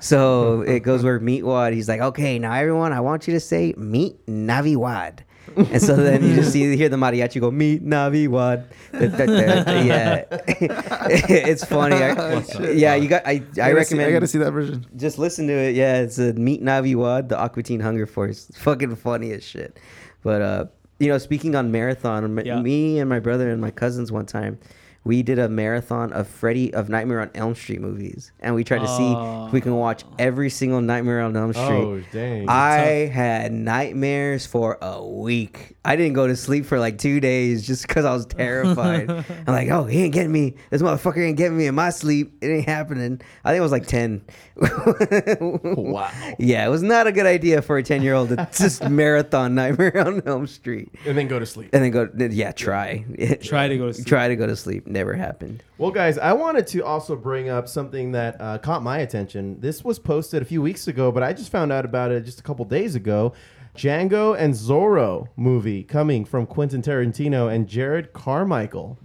so it goes where meat wad. He's like, okay, now everyone, I want you to say meat navi wad. and so then you just see you hear the mariachi go meat navi wad. Da, da, da, da. yeah, *laughs* it's funny. *laughs* I, yeah, you got. I I, I, gotta see- recommend. I gotta see that version. Just listen to it. Yeah, it's a Meet Navi Wad, the Aqua Teen Hunger Force. It's fucking funny as shit. But, uh, you know, speaking on marathon, m- Yeah. me and my brother and my cousins one time, we did a marathon of Freddy of Nightmare on Elm Street movies. And we tried to see if we can watch every single Nightmare on Elm Street. Oh dang! I had nightmares for a week. I didn't go to sleep for like two days just because I *laughs* was terrified. I'm like, oh, he ain't getting me. This motherfucker ain't getting me in my sleep. It ain't happening. I think it was like 10. wow. *laughs* yeah, it was not a good idea for a 10 year old *laughs* to just marathon Nightmare on Elm Street And then go to sleep. and then go, yeah, try. Try to go to sleep. Try to go to sleep. Never happened. Well, guys, I wanted to also bring up something that uh, caught my attention. This was posted a few weeks ago, but I just found out about it just a couple days ago. Django and Zorro movie coming from Quentin Tarantino and Jared Carmichael.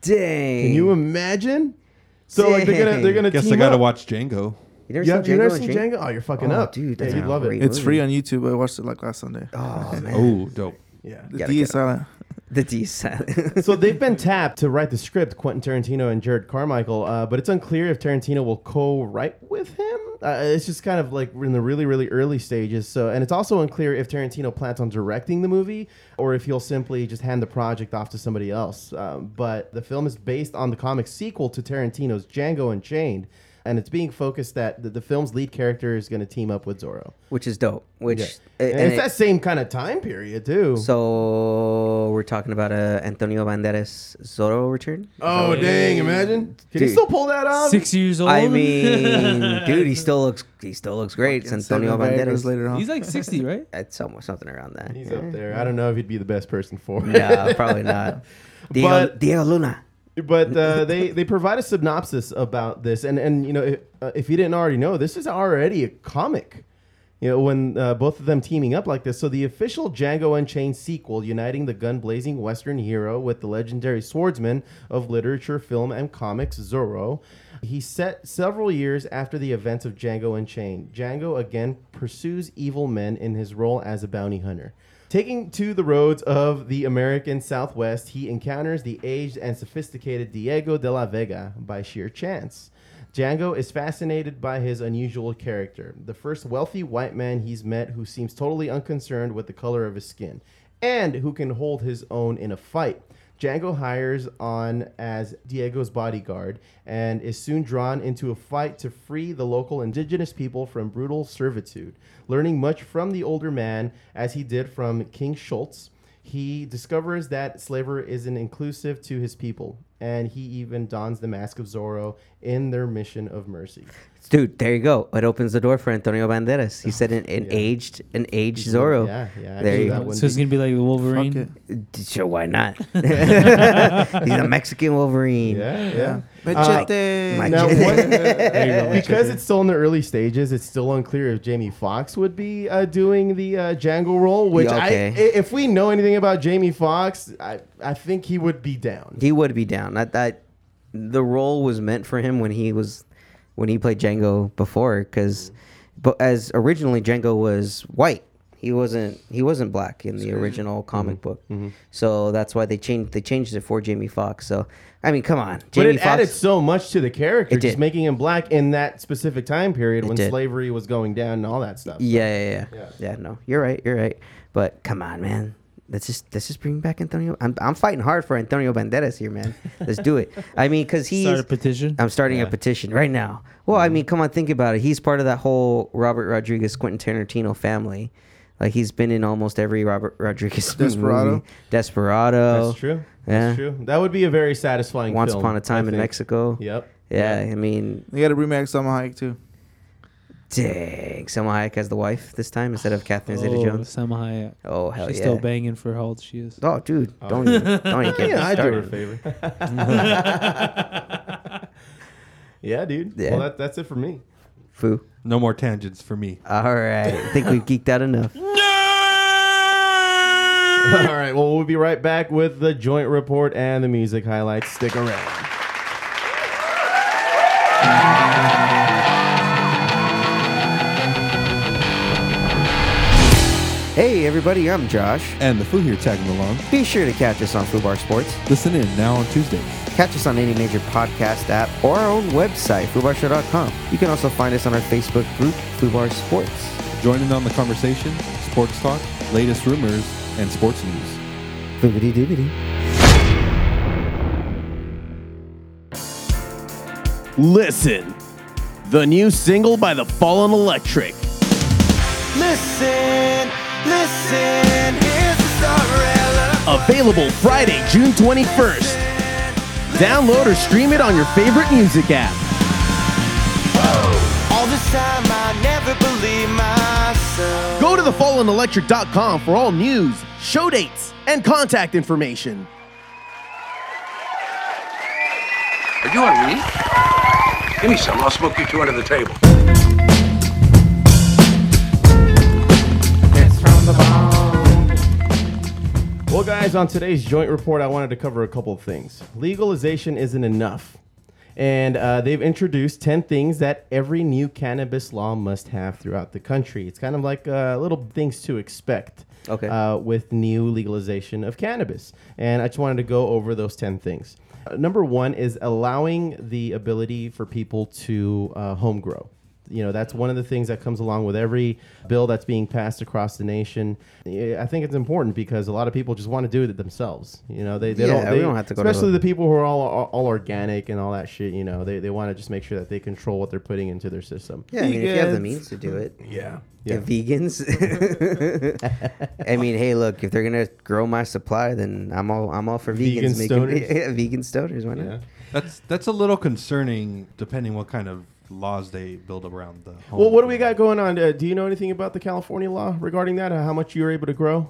Dang. Can you imagine? So like they're gonna they're gonna Guess team I gotta up. watch Django. You Yeah, never seen you Django never and seen Jane? Django? Oh, you're fucking Oh, up, dude, Yeah, that's you'd a love great- it. It's Really? free on YouTube. I watched it like last Sunday. Oh, man. Oh, dope. Yeah. the gotta D get is silent. The *laughs* D silent. so they've been tapped to write the script, Quentin Tarantino and Jared Carmichael, uh, but it's unclear if Tarantino will co-write with him. Uh, it's just kind of like we're in the really, really early stages. So, and it's also unclear if Tarantino plans on directing the movie or if he'll simply just hand the project off to somebody else. Um, but the film is based on the comic sequel to Tarantino's Django Unchained, and it's being focused that the, the film's lead character is going to team up with Zorro. which is dope. Which Yeah. a- And, and it's it- that same kind of time period too. so we're talking about uh, Antonio Banderas Zorro return. oh dang! Imagine can he Dude. still pull that off? Six years old. *laughs* I mean, dude, he still looks he still looks great. It's Fucking Antonio seven Viagras Banderas. later on. *laughs* he's like sixty, right? It's almost something around that. He's Yeah. up there. I don't know if he'd be the best person for it. no, probably *laughs* not. Diego, But- Diego Luna. *laughs* But uh, they they provide a synopsis about this, and and you know if, uh, if you didn't already know, this is already a comic. you know, when uh, both of them teaming up like this. So the official Django Unchained sequel, uniting the gun-blazing Western hero with the legendary swordsman of literature, film, and comics, Zorro. He set several years after the events of Django Unchained. Django again pursues evil men in his role as a bounty hunter. Taking to the roads of the American Southwest, he encounters the aged and sophisticated Diego de la Vega by sheer chance. Django is fascinated by his unusual character, the first wealthy white man he's met who seems totally unconcerned with the color of his skin, and who can hold his own in a fight. Django hires on as Diego's bodyguard and is soon drawn into a fight to free the local indigenous people from brutal servitude. Learning much from the older man, as he did from King Schultz, he discovers that slavery isn't inclusive to his people, and he even dons the mask of Zorro in their mission of mercy. Dude, there you go. It opens the door for Antonio Banderas. He said an, an *laughs* Yeah. aged, an aged Zorro. Yeah, yeah. I Oh, There knew you that go. one. So it's gonna be like the Wolverine. Fuck it. Sure, why *laughs* not? *laughs* He's a Mexican Wolverine. Yeah, Yeah. yeah. Uh, Machete. Ah, my- Now, *laughs* what, *laughs* There you *laughs* go. because it's still in the early stages, it's still unclear if Jamie Foxx would be uh, doing the uh, Django role. Which Yeah, I i okay. if we know anything about Jamie Foxx, I, I think he would be down. He would be down. That that the role was meant for him when he was when he played Django before, because but as originally Django was white. He wasn't he wasn't black in the Mm-hmm. original comic book. So that's why they changed they changed it for Jamie Foxx. So I mean, come on, But Jamie it added so much to the character, It just did. making him black in that specific time period It when did. slavery was going down and all that stuff. Yeah, yeah, yeah, yeah. no, you're right. You're right. But come on, man. Let's just let's just bring back Antonio. I'm, I'm fighting hard for Antonio Banderas here, man. Let's do it. I mean, because he's Start a petition. I'm starting a petition right now. Well, Mm-hmm. I mean, come on, think about it. He's part of that whole Robert Rodriguez, Quentin Tarantino family. Like he's been in almost every Robert Rodriguez *laughs* Desperado. movie. Desperado. That's true. Yeah. That's true. That would be a very satisfying Once film, upon a time I in think. Mexico. Yep. Yeah, I mean, They got to remake Summer Hike too. dang, Selma Hayek as the wife this time instead of Catherine Oh, Zeta-Jones. Selma Hayek. Oh hell She's yeah! still banging for how old she is. Oh, dude, *laughs* don't even, don't even get Yeah, me I do her a started. favor. yeah, dude. Yeah. Well, that, that's it for me. *laughs* Foo. No more tangents for me. All right, I think we've geeked *laughs* out enough. All right. Well, we'll be right back with the joint report and the music highlights. Stick around. Hey, everybody, I'm Josh. And the food here tagging along. Be sure to catch us on Fubar Sports. Listen in now on Tuesdays. Catch us on any major podcast app or our own website, FUBARShow.com. You can also find us on our Facebook group, Fubar Sports. Join in on the conversation, sports talk, latest rumors, and sports news. Boobity doobity. Listen. The new single by The Fallen Electric. Listen, listen, here's the story. Available Friday, June 21st. Download or stream it on your favorite music app. All this time I never believed myself. Go to thefallenelectric.com for all news, show dates, and contact information. Are you on weed? Give me some. I'll smoke you two under the table. Well, guys, on today's joint report, I wanted to cover a couple of things. Legalization isn't enough. And uh, they've introduced 10 things that every new cannabis law must have throughout the country. It's kind of like uh, little things to expect Okay. uh, with new legalization of cannabis. And I just wanted to go over those 10 things. Uh, number one is allowing the ability for people to uh, home grow. You know, that's one of the things that comes along with every bill that's being passed across the nation. Eh, I think it's important because a lot of people just want to do it themselves. You know, they, they Yeah, don't, we they, don't have to go to especially the- the people who are all, all all organic and all that shit. You know, they, they want to just make sure that they control what they're putting into their system. Yeah, I mean, if you have the Vegans. means to do it. Yeah. Yeah. vegans. *laughs* I mean, hey, look, if they're gonna grow my supply, then I'm all I'm all for Vegan vegans making stoners? *laughs* yeah, vegan stoners. Why not? Yeah. That's that's a little concerning, depending what kind of laws they build around the. Home Well, what do we got going on? Uh, do you know anything about the California law regarding that? How much you were able to grow?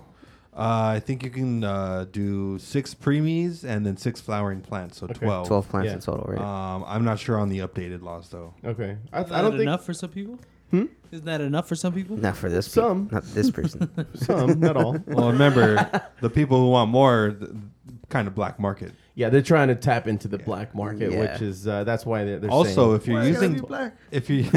Uh, I think you can uh, do six premies and then six flowering plants, so twelve. Twelve plants Yeah. Uh, in total, right? Um, I'm not sure on the updated laws though. Okay, I, th- Is that I don't think enough for some people. Isn't that enough for some people? Not for this. peop- Some. Not *laughs* this person. *laughs* Well, remember, the people who want more, th- kind of black market. Yeah, they're trying to tap into the black market, Yeah. which is uh, that's why they're, they're saying- also, if you're using if you *laughs*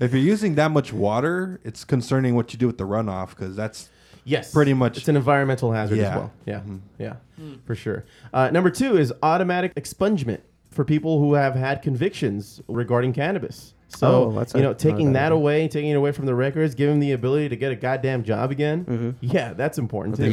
if you're using that much water, it's concerning what you do with the runoff because that's Yes. pretty much it's an environmental hazard as Yeah. well. Yeah, Mhm. yeah, for sure. Uh, number two is automatic expungement for people who have had convictions regarding cannabis. So Oh, that's you a- know, not a taking bad that idea. away, taking it away from the records, giving them the ability to get a goddamn job again. Mm-hmm. Yeah, that's important. They're too.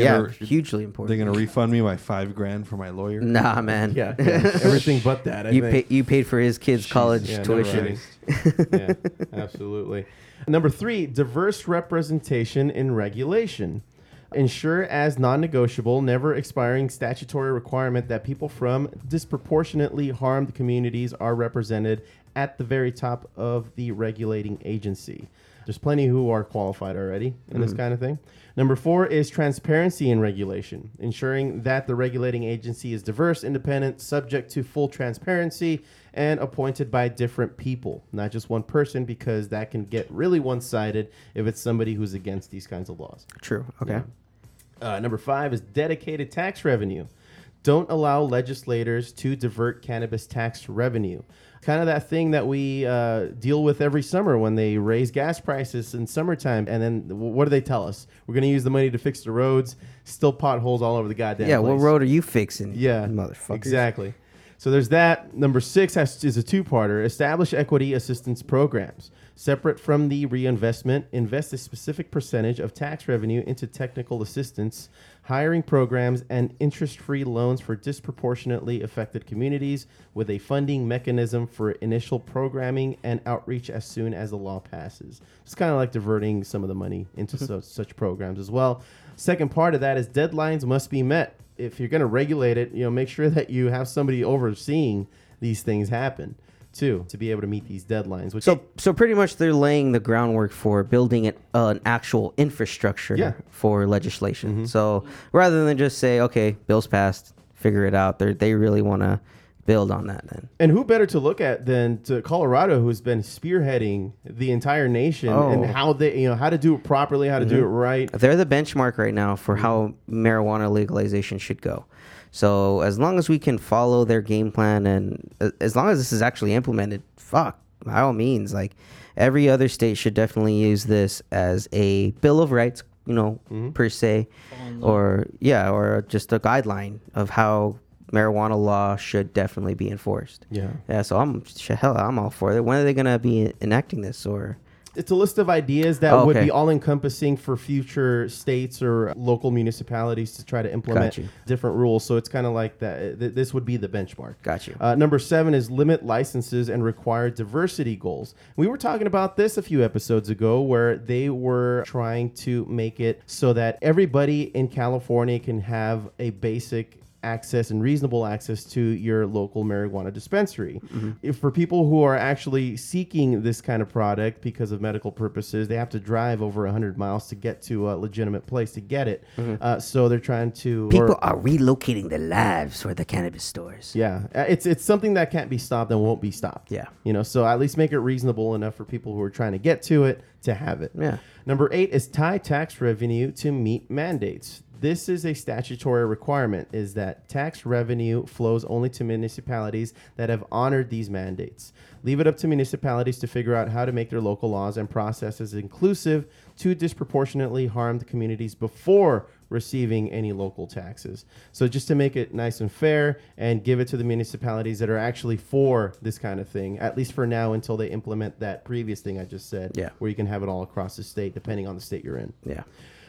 gonna- They're gonna refund me my five grand for my lawyer. Mm. Nah, man. *laughs* Yeah, yeah, everything but that. I you think. pay, you paid for his kids' college Yeah, no tuition. *laughs* right. yeah, absolutely. Number three, diverse representation in regulation. Ensure as non negotiable, never expiring statutory requirement that people from disproportionately harmed communities are represented at the very top of the regulating agency. There's plenty who are qualified already in this Mhm. kind of thing. Number four is transparency in regulation, ensuring that the regulating agency is diverse, independent, subject to full transparency, and appointed by different people, not just one person, because that can get really one sided if it's somebody who's against these kinds of laws. True. Okay. Uh, number five is dedicated tax revenue. Don't allow legislators to divert cannabis tax revenue. Kind of that thing that we uh, deal with every summer when they raise gas prices in summertime, and then wh- what do they tell us? We're going to use the money to fix the roads. Still potholes all over the goddamn. Yeah, place. what road are you fixing? Yeah, motherfuckers. Exactly. So there's that. Number six has, is a two-parter. Establish equity assistance programs separate from the reinvestment. Invest a specific percentage of tax revenue into technical assistance, hiring programs, and interest-free loans for disproportionately affected communities with a funding mechanism for initial programming and outreach as soon as the law passes. It's kind of like diverting some of the money into so, such programs as well. Second part of that is deadlines must be met if you're going to regulate it, you know, make sure *laughs* that you have somebody overseeing these things happen too to be able to meet these deadlines. Which So, so pretty much they're laying the groundwork for building an, uh, an actual infrastructure Yeah. Mm-hmm. for legislation. So rather than just say, okay, bills passed, figure it out, they they really want to build on that. Then and who better to look at than to Colorado, who's been spearheading the entire nation and Oh. Mm-hmm. how they, you know, how to do it properly, how to do it right. They're the benchmark right now for how marijuana legalization should go. So as long as we can follow their game plan and a- as long as this is actually implemented, fuck, by all means, like every other state should definitely use this as a bill of rights, you know, Mm-hmm. per se, or yeah, or just a guideline of how marijuana law should definitely be enforced. Yeah. Yeah. So I'm sh- hell, I'm all for it. When are they gonna be enacting this or? It's a list of ideas that Oh, would okay. be all encompassing for future states or local municipalities to try to implement Gotcha. different rules. So it's kind of like that. th- This would be the benchmark. Got you. Uh, number seven is limit licenses and require diversity goals. We were talking about this a few episodes ago where they were trying to make it so that everybody in California can have a basic access and reasonable access to your local marijuana dispensary. If for people who are actually seeking this kind of product because of medical purposes, they have to drive over 100 miles to get to a legitimate place to get it. Uh, so they're trying to or- People are relocating their lives for the cannabis stores. yeah, Uh, it's it's something that can't be stopped and won't be stopped. Yeah. you know, so at least make it reasonable enough for people who are trying to get to it to have it. Yeah. Number eight is tie tax revenue to meet mandates. This is a statutory requirement: is that tax revenue flows only to municipalities that have honored these mandates. Leave it up to municipalities to figure out how to make their local laws and processes inclusive to disproportionately harmed communities before receiving any local taxes. So just to make it nice and fair and give it to the municipalities that are actually for this kind of thing, at least for now until they implement that previous thing I just said, Yeah. where you can have it all across the state depending on the state you're in. Yeah.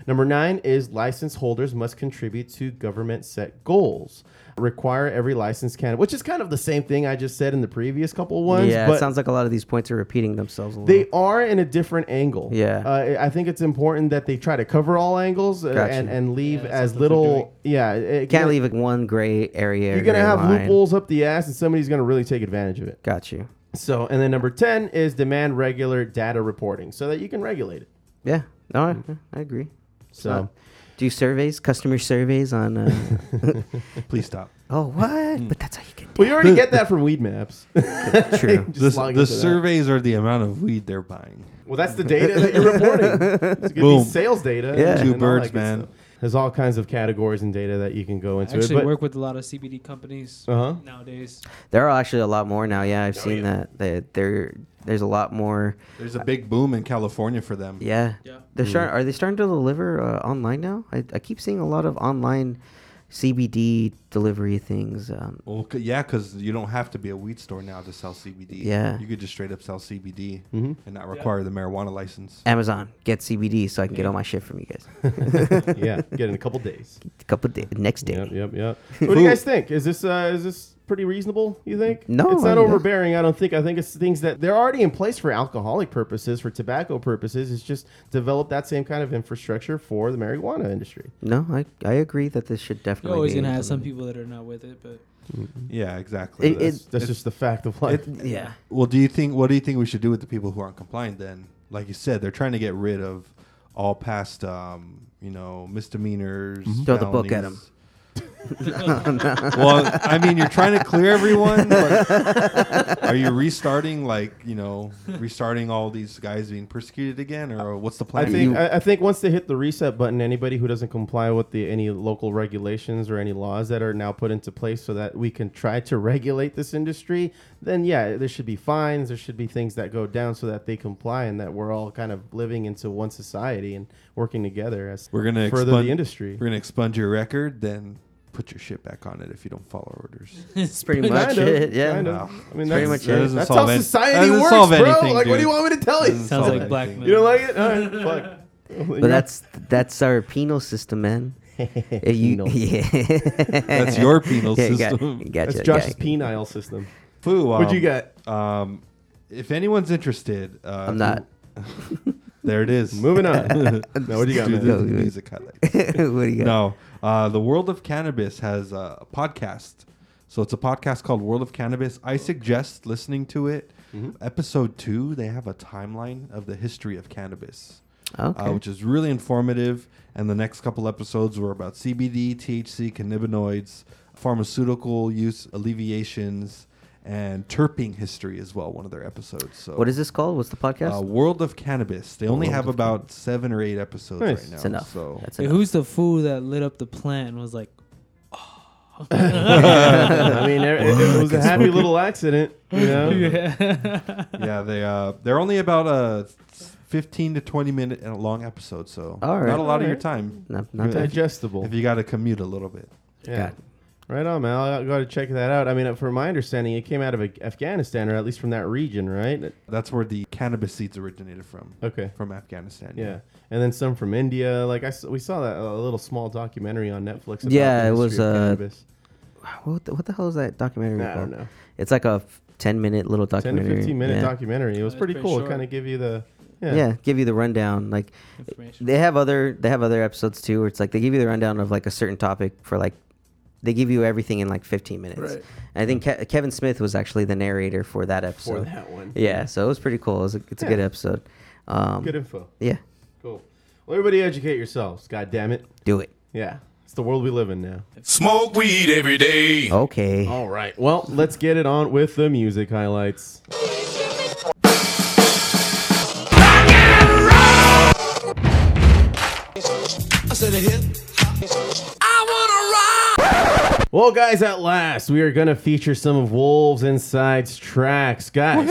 Number nine is license holders must contribute to government set goals. Require every license can, which is kind of the same thing I just said in the previous couple ones. yeah, but it sounds like a lot of these points are repeating themselves. A they little. are in a different angle. Yeah. uh, I I think it's important that they try to cover all angles uh, Gotcha. and and leave as little. Yeah, it, can't leave it one gray area. You're gonna gray have line. loopholes up the ass, and somebody's gonna really take advantage of it. Got you. So, and then number ten is demand regular data reporting so that you can regulate it. Yeah. No, I, Mm. I agree. It's So- not- do surveys, customer surveys *laughs* on. Uh, Please stop. oh Hmm. what? But that's how you get. Well, you *laughs* already get that from weed maps. *laughs* True. Just The, log the into that. surveys are the amount of weed they're buying. Well, that's the data that you're reporting. It's going Boom. to be sales data. Yeah. and Two all that birds, good man. stuff. There's all kinds of categories and data that you can go I into. actually it, but work with a lot of CBD companies Uh-huh. nowadays. There are actually a lot more now. Oh, Yeah, I've seen that. They, there, there's a lot more. There's a big boom in California for them. Yeah, Hmm. they're Mhm. starting. Are they starting to deliver uh, online now? I, I keep seeing a lot of online CBD delivery things. Um, Well, c- yeah, because you don't have to be a weed store now to sell CBD. Yeah. you could just straight up sell CBD Mhm. and not require the marijuana license. Amazon get CBD so I can get all my shit from you guys. *laughs* yeah, get in a couple days. A couple days, next day. Yep, yep, yep. So what do you guys think? Is this uh, is this pretty reasonable? You think? No, it's not I- overbearing. I don't think. I think it's things that they're already in place for alcoholic purposes, for tobacco purposes. It's just develop that same kind of infrastructure for the marijuana industry. No, I, I agree that this should You're definitely. always be gonna have some implemented. people that are not with it, but *laughs* Yeah, exactly. It- That's- that's just Mm-hmm. the fact of life. Yeah. Well, do you think? What do you think we should do with the people who aren't compliant? Then, like you said, they're trying to get rid of all past, um, you know, misdemeanors. Mm-hmm. Throw the book at felonies. *laughs* No, no. *laughs* well, I mean, you're trying to clear *laughs* everyone. But are you restarting, like you know, restarting all these guys being persecuted again, or what's the plan? I think I, I think once they hit the reset button, anybody who doesn't comply with the any local regulations or any laws that are now put into place, so that we can try to regulate this industry, then yeah, there should be fines. There should be things that go down so that they comply and that we're all kind of living into one society and working together as we're gonna further expun- the industry. We're gonna expunge your record, then put your shit back on it if you don't follow orders. It's pretty much Kind of, it. Yeah. kind of. Wow. I mean, Pretty that's, much it. That doesn't that's how solve any- that society doesn't works, solve bro. like, anything, what do dude. you want me to tell you? Doesn't Sounds solve like black anything. You don't like it? All right, fuck. But that's that's our penal *laughs* system, man. If you- Penal. yeah. That's your penal Yeah, you got- system. you gotcha, That's yeah. Josh's penile system. Foo. What'd you um, Um, if anyone's interested, uh, I'm not. *laughs* there it is. Moving on. No, what do you got, Do man? the Go, go. music highlights. *laughs* What do you got? No, uh, the World of Cannabis has uh, a podcast. So it's a podcast called World of Cannabis. I suggest listening to it. Mm-hmm. Episode two, they have a timeline of the history of cannabis, Okay. uh, which is really informative. And the next couple episodes were about CBD, THC, cannabinoids, pharmaceutical use alleviations, and terpene history as well. One of their episodes. So What is this called? What's the podcast? Uh, World of Cannabis. They only World have of about seven or eight episodes Nice. right now. That's enough. *laughs* So That's Hey, enough. who's the fool that lit up the plant and was like, oh. *laughs* I mean, it, it- it was a happy little accident, you *laughs* know. Yeah. yeah, they uh, they're only about uh, fifteen to twenty minute and long episodes, so All right. not a lot of your Alright. time. Not- not If- bad. Digestible. If you got to commute a little bit, Yeah. Right on, man. I'll go to check that out. I mean, uh, from my understanding, it came out of Af- Afghanistan, or at least from that region, right? that's where the cannabis seeds originated from. Okay. from Afghanistan. Yeah, and then some from India. Like I, s- we saw that a little small documentary on Netflix. About Yeah, the it history was, of uh, cannabis. what, the, what the hell is that documentary I don't called? know. It's like a ten minute little ten to documentary. fifteen minute yeah. documentary. It was That's pretty, pretty cool. short. It kind of give you the Yeah. yeah. give you the rundown. Like Information. they have other they have other episodes too, where it's like they give you the rundown of like a certain topic for like they give you everything in like 15 minutes. Right. And I think Ke- Kevin Smith was actually the narrator for that episode. that one. Yeah, so it was pretty cool. It was a, it's a good Yeah. episode. Um, Good info. Yeah, Cool. Well, everybody, educate yourselves. God damn it. do it. Yeah, it's the world we live in now. Smoke weed every day. Okay. All right. Well, let's get it on with the music highlights. Well, guys, at last we are gonna feature some of Wolves Inside's tracks, guys.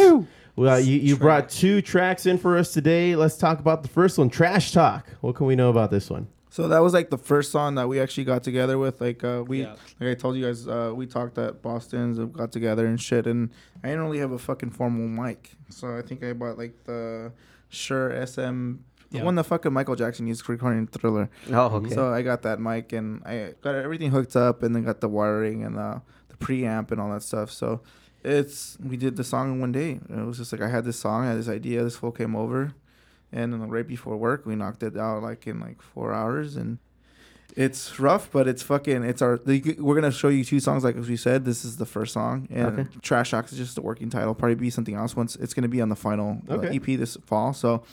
Well, you, you brought two tracks in for us today. Let's talk about the first one, Trash Talk. What can we know about this one? So that was like the first song that we actually got together with. Like uh, we, like I told you guys, uh, we talked at Boston's and got together and shit. And I didn't really have a fucking formal mic, so I think I bought like the Shure SM, the Yeah. one that fucking Michael Jackson used for recording Thriller. Oh, okay. So I got that mic and I got everything hooked up, and then got the wiring and the, the preamp and all that stuff. So it's we did the song in one day. It was just like I had this song, I had this idea. This fool came over, and then right before work, we knocked it out like in like four hours. And it's rough, but it's fucking. It's our. The, we're gonna show you two songs, like as we said. This is the first song, and Okay. Trash Talks is just the working title. Probably be something else once it's gonna be on the final uh, Okay. EP this fall. So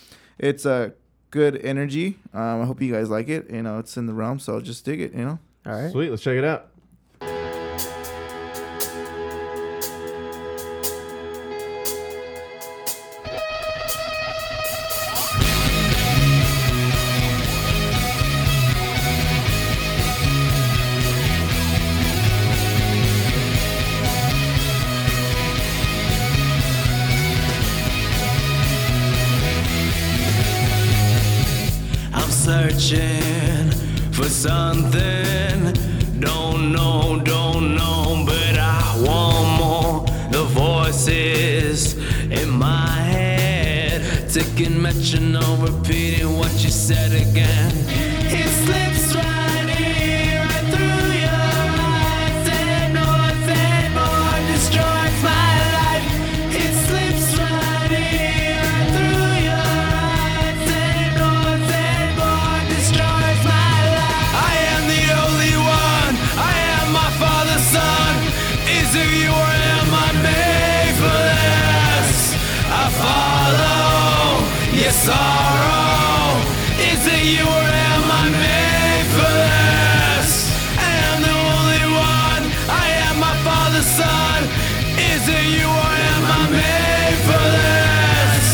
it's a good energy. Um, I hope you guys like it. You know, it's in the realm, so just dig it. You know. All right. Sweet. Let's check it out. searching for something. Don't know, don't know, but I want more. The voices in my head, ticking metronome, repeating what you said again. It slips right in, right through your eyes, and more, and more destroys my life. It slips right in, right through your eyes, and more, and more destroys my life. I am the only one. I am my father's son. Is it you or am I made for this? I follow your sorrow. Is it you or am I made for this? I am the only one. I am my father's son. Is it you or am I made for this?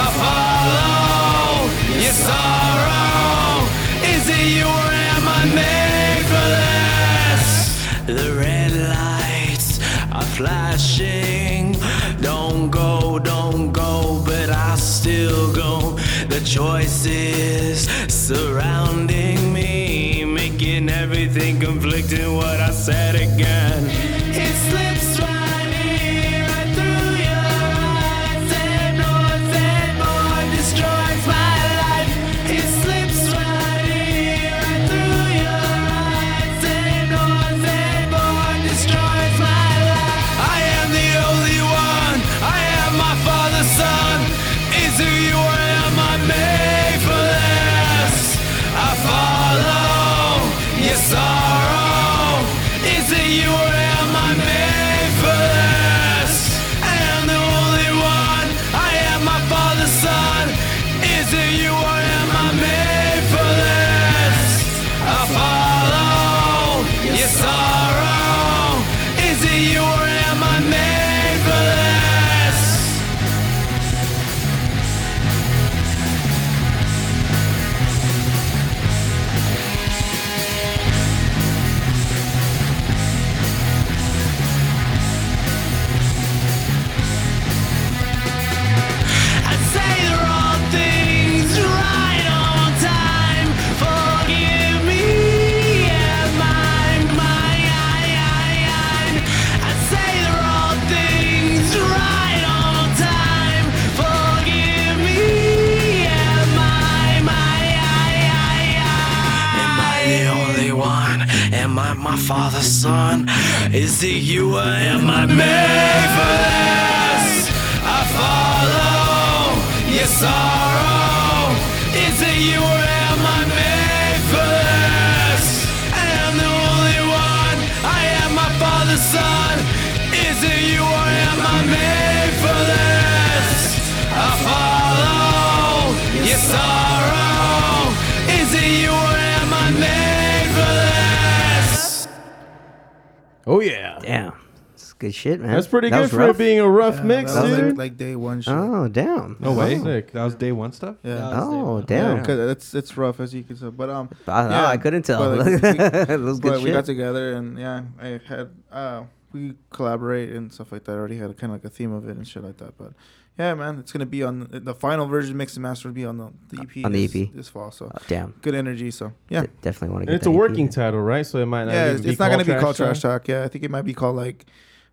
I follow your sorrow. Is it you or am I made for this? The red lights are flashing. Don't go, don't go, but I still go. The choices surrounding me, making everything conflicting what I said again. It slips right in, right through your eyes, and north and more destroys my life. It slips right in, right through your eyes, and north and more destroys my life. I am the only one. I am my father's son. Is it you or am I made for this? I follow your sorrow. Is it you or am I made for this? I am the only one. I am my father's son. Is it you or am I made for this? I follow your sorrow. Is it you or am I made for this? I say the wrong things right on time. Forgive me and mine, my I, I, I. I say the wrong things right on time. Forgive me and mine, my I, I, I. Am I the only one? Am I my father's son? Is it you or am I made for this? I follow your sorrow. Is it you or am I made for this? I am the only one. I am my father's son. Is it you or am I made for this? I follow your sorrow. Is it you or am I made for this? Oh yeah. Damn. It's good shit, man. That's pretty That good was for it rough. being a rough mix, that was like- dude. like, day one shit. Oh, damn. No way. Oh. That was day one stuff. Yeah. Oh, damn. Because it's it's rough as you can tell. But um, I- I- uh, I couldn't tell. *laughs* like, we- That was good but we shit. got together and yeah, I had uh, we collaborate and stuff like that. I already had kind of like a theme of it and shit like that. But yeah, man, it's gonna be on the, the final version. Mix and master will be on the, the EP On the this- EP. this fall. So Oh, damn. good energy. So yeah, De- definitely want to And it's get a that E EP. *laughs* working title, right? So it might not. yeah, even it's, be it's not gonna called be trash called trash talk. talk. Yeah, I think it might be called like.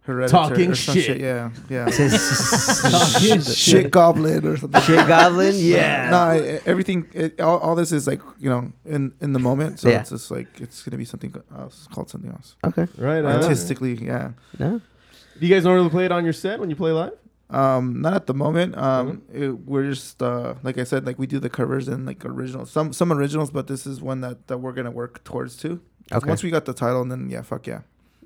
Hereditary Talking or some shit. shit. Yeah, yeah. *laughs* Talking shit, shit. goblin or something. *laughs* Shit goblin? Yeah. No, I- I- e, everything. It, all, all this is like you know in in the moment. So Yeah. it's just like it's gonna be something else called something else. Okay. Right. on. Artistically, yeah. No. Do you guys normally play it on your set when you play live? Um, not at the moment. Um, Mm-hmm. it- we're just uh, like I said, like we do the covers and like originals, some some originals, but this is one that that we're gonna work towards too. 'Cause Okay. Once we got the title, and then yeah, fuck yeah.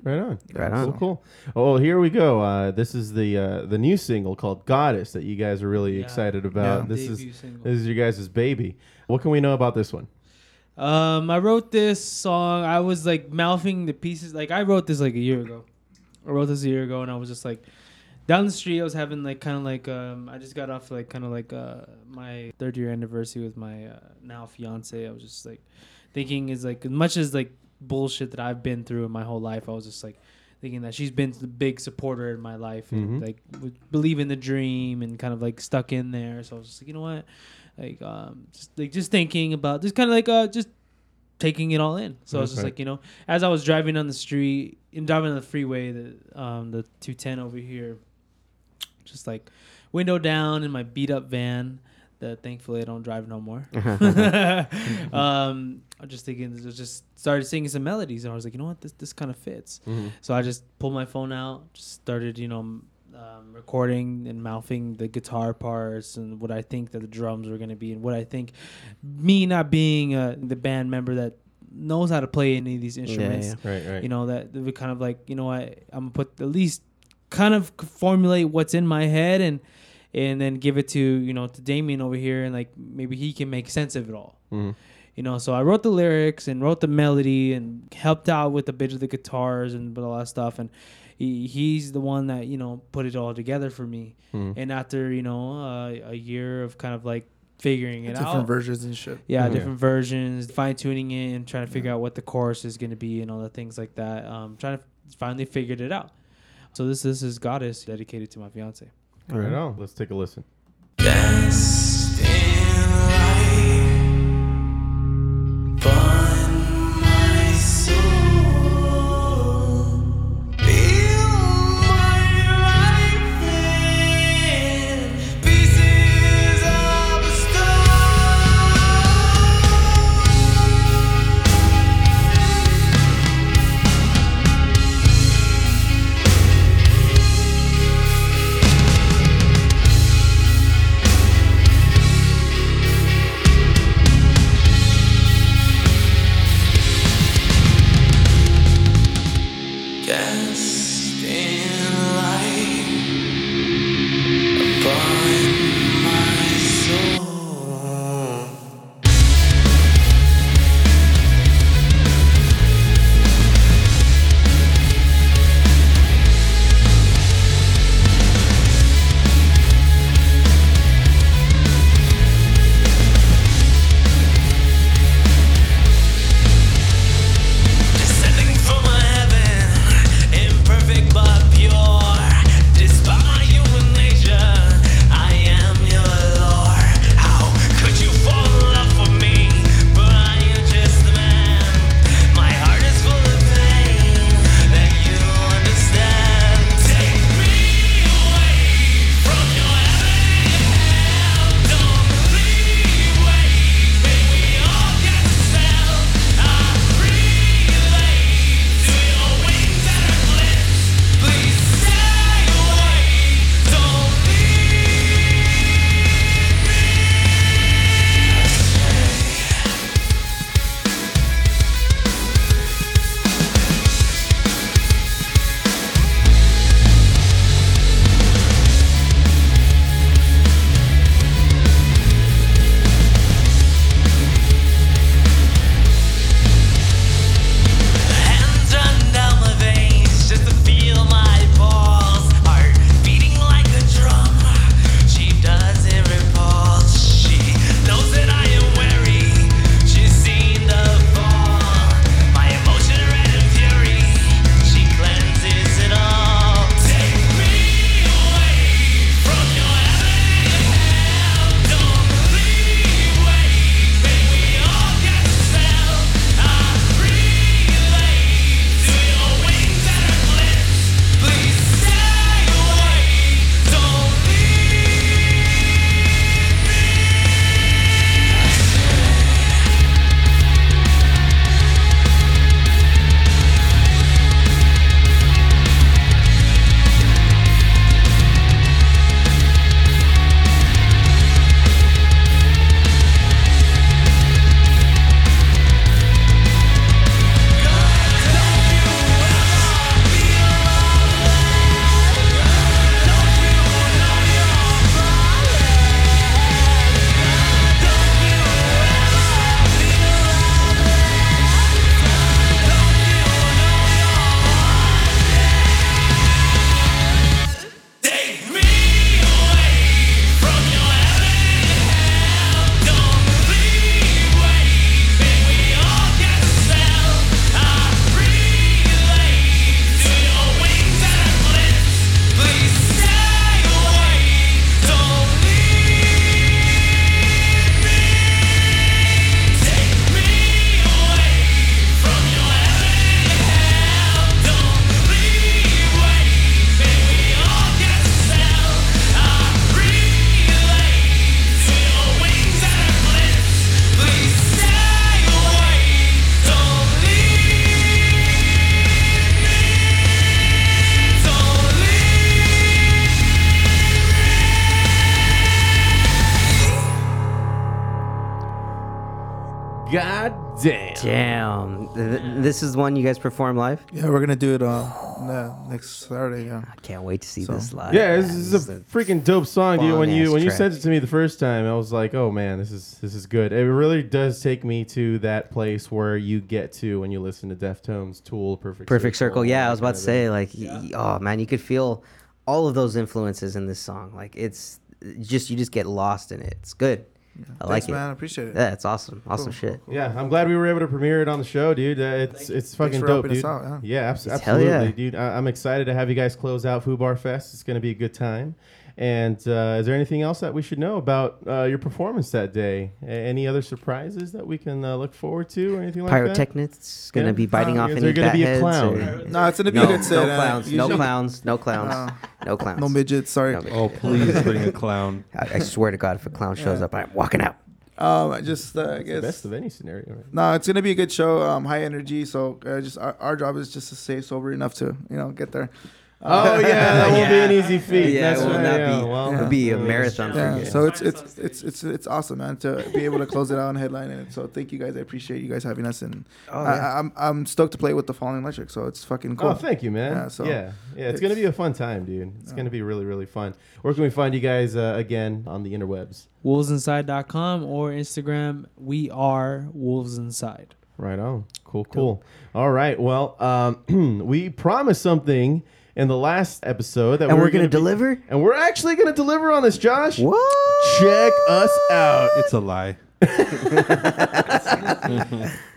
Right on. Right on. Cool, cool. Oh, well, here we go. Uh, this is the uh, the new single called "Goddess" that you guys are really excited about. Yeah. This is Debut single. this is your guys' baby. What can we know about this one? Um, I wrote this song. I was like mouthing the pieces. Like I wrote this like a year ago. I wrote this a year ago, and I was just like down the street. I was having like kind of like um, I just got off like kind of like uh, my third year anniversary with my uh, now fiance. I was just like thinking is like as much as like bullshit that I've been through in my whole life. I was just like thinking that she's been the big supporter in my life Mhm. and like would believe in the dream and kind of like stuck in there. So I was just like, you know what? like um, just like just thinking about just kind of like uh, just taking it all in. So I was just Okay. like you know, as I was driving down the street and driving on the freeway, the um, the 210 over here, just like window down in my beat up van that thankfully I don't drive *laughs* no more. *laughs* um, I was just thinking, I just started singing some melodies, and I was like, you know what, this this kind of fits. Mm-hmm. Mhm. So I just pulled my phone out, just started, you know, m- um, recording and mouthing the guitar parts and what I think that the drums were going to be, and what I think, me not being uh, the band member that knows how to play any of these instruments, yeah. Right, right. you know, that that would kind of like, you know, I I'm gonna put at least kind of formulate what's in my head and and then give it to you know to Damien over here and like maybe he can make sense of it all Mhm. you know so i wrote the lyrics and wrote the melody and helped out with a bit of the guitars and all that stuff and he, he's the one that you know put it all together for me Mhm. and after you know uh, a year of kind of like figuring it Different out versions and shit. yeah Mm-hmm. Mhm. different versions fine-tuning it and trying to figure out what the chorus is going to be and all the things like that um, trying to finally figured it out so this this is goddess dedicated to my fiance All right, on. Let's take a listen. Best in life, find my soul, build my life in pieces of a stone. God damn. Damn. Th- th- This is one you guys perform live? Yeah, we're gonna do it uh, ne- next Saturday. Yeah. I can't wait to see this live. Yeah, this is a freaking dope song, dude. When you bomb-ass when you track. sent it to me the first time, I was like, oh man, this is this is good. It really does take me to that place where you get to when you listen to Deftones, Tool, Perfect Perfect Circle. Yeah, I that was about to kind of say, like, y- oh man, you could feel all of those influences in this song. Like, it's just, you just get lost in it. It's good. I like Thanks, it. Uh, man. I appreciate it. Yeah, it's awesome. Awesome Cool, shit. Yeah, I'm glad we were able to premiere it on the show, dude. Uh, it's it's fucking for dope, helping us dude. out, yeah. yeah, abs- Yes, hell absolutely, yeah. dude. I- I'm excited to have you guys close out Fubar Fest. It's gonna be a good time. And uh, is there anything else that we should know about uh, your performance that day? A- any other surprises that we can uh, look forward to, or anything like that? Pyrotechnics gonna be biting off is any there gonna bat be a heads clown? *laughs* or- No, it's gonna be no, a good set. No uh, clowns. No usually- clowns. No clowns. No clowns. No midgets. Sorry. Oh, please bring a clown. I, I swear to God, if a clown shows Yeah. up, I'm walking out. Um, I just uh, I It's the guess best of any scenario, right? No, it's gonna be a good show. Um, high energy. So uh, just our, our job is just to stay sober enough to you know get there. *laughs* Oh, yeah, *laughs* that won't be an easy feat. Yeah, it That's will right, not yeah, be- well, it'll be a marathon for you. Uh, So it's it's it's it's it's awesome, man, to be able to close it out and headline it. So thank you guys. I appreciate you guys having us, and Oh, I, yeah. I- I'm I'm stoked to play with the Falling Electric. So it's fucking cool. Oh, thank you, man. Yeah. Yeah, So yeah, It's, gonna be a fun time, dude. It's gonna be really, really fun. Where can we find you guys uh, again on the interwebs? Wolvesinside.com or Instagram. We are Wolves Inside. Right on. Cool, cool. All right. Well, um, *clears throat* we promised something in the last episode that And we we're gonna be- deliver? and we're actually gonna deliver on this, Josh. What? Check us out. It's a lie.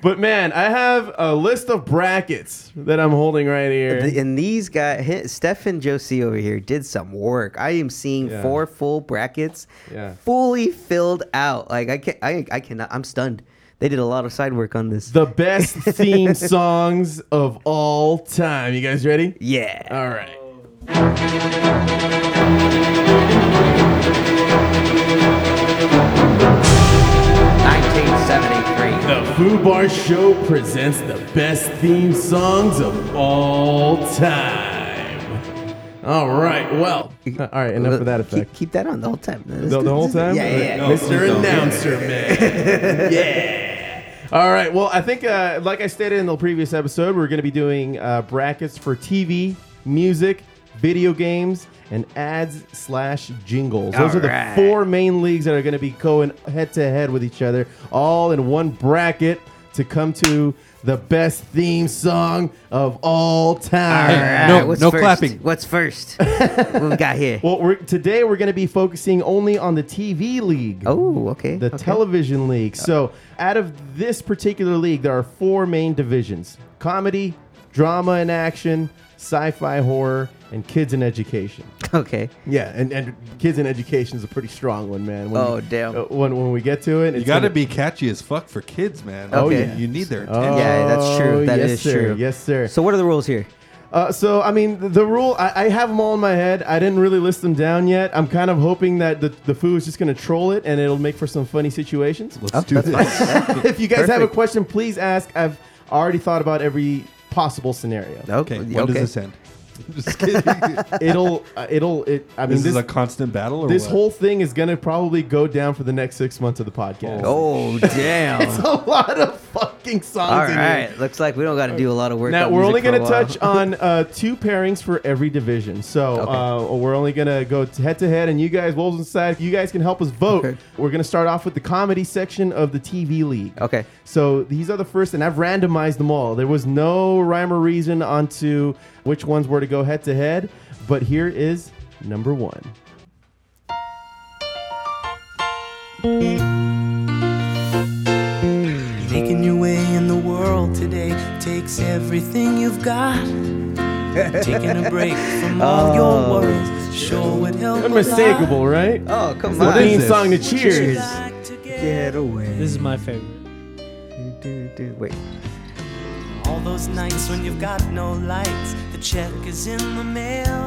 But man, I have a list of brackets that I'm holding right here. The- and these guys, hi- Steph and Josie over here, did some work. I am seeing Yeah. four full brackets, Yeah. fully filled out. Like I can not I, I cannot. I'm stunned. They did a lot of side work on this. The best theme songs of all time. You guys ready? Yeah. All right. The Foo Bar Show presents the best theme songs of all time. All right, well. All right, enough of that effect. Keep, keep that on the whole time. The, the whole time? Yeah, yeah. yeah. Mr. Announcer Man. yeah. All right. Well, I think, uh, like I stated in the previous episode, we're going to be doing uh, brackets for TV, music, video games, and ads slash jingles. Those All are the right. four main leagues that are going to be going head to head with each other, all in one bracket to come to the best theme song of all time. Alright, what's first? What's first? what we got here? *laughs* Well, we're, today we're going to be focusing only on the TV league. Oh, okay. The television league. So, out of this particular league, there are four main divisions comedy, drama and action, sci fi horror, and kids and education. *laughs* Okay. Yeah, and, and kids and education is a pretty strong one, man. When Oh, you- damn. uh, When, when we get to it, You it's got to gonna- be catchy as fuck for kids, man. Oh, Oh, Okay. yeah. yeah. You need their attention. Oh, yeah, that's true. That yes, is sir. true. Yes, sir. So what are the rules here? Uh, so I mean, the, the rule I, I have them all in my head. I didn't really list them down yet. I'm kind of hoping that the the foo is just gonna troll it and it'll make for some funny situations. Let's Oh, do that's this. fine. if you guys have a Perfect. question, please ask. I've already thought about every possible scenario. Okay. When okay. does this end? *laughs* Just kidding. it'll uh, it'll it. I mean, this, is a constant battle. Or this what? whole thing is gonna probably go down for the next six months of the podcast. Oh, damn. it's *laughs* a lot of fucking songs. All in here. right. Looks like we don't got to do a lot of work. Now on we're music only for going a to while. touch on uh, two pairings for every division, so uh, we're only going to go head to head, and you guys, Wolves Inside, you guys can help us vote. We're going to start off with the comedy section of the TV league. Okay. So these are the first, and I've randomized them all. There was no rhyme or reason onto which ones were to go head to head, but here is number one. Making your way in the world today takes everything you've *laughs* got. Taking a break from all Oh. your worries sure would help. a lot. Unmistakable, right? Oh, come it's on. The What theme is song to this? Cheers. Get away. This is my favorite. Wait. All those nights when you've got no lights, the check is in the mail.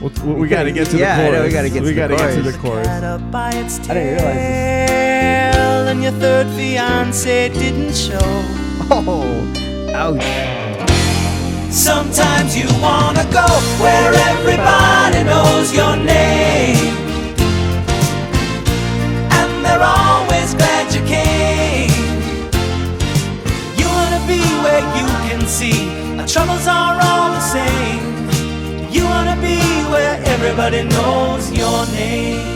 Well, t- we got to get to Yeah, I the know, chorus. we gotta get to the gotta get to chorus. the chorus. Cat up by its tail, I didn't realize and your third fiance didn't show. Oh, ouch. Sometimes you wanna go where everybody knows your name, and they're always glad you came. knows your name.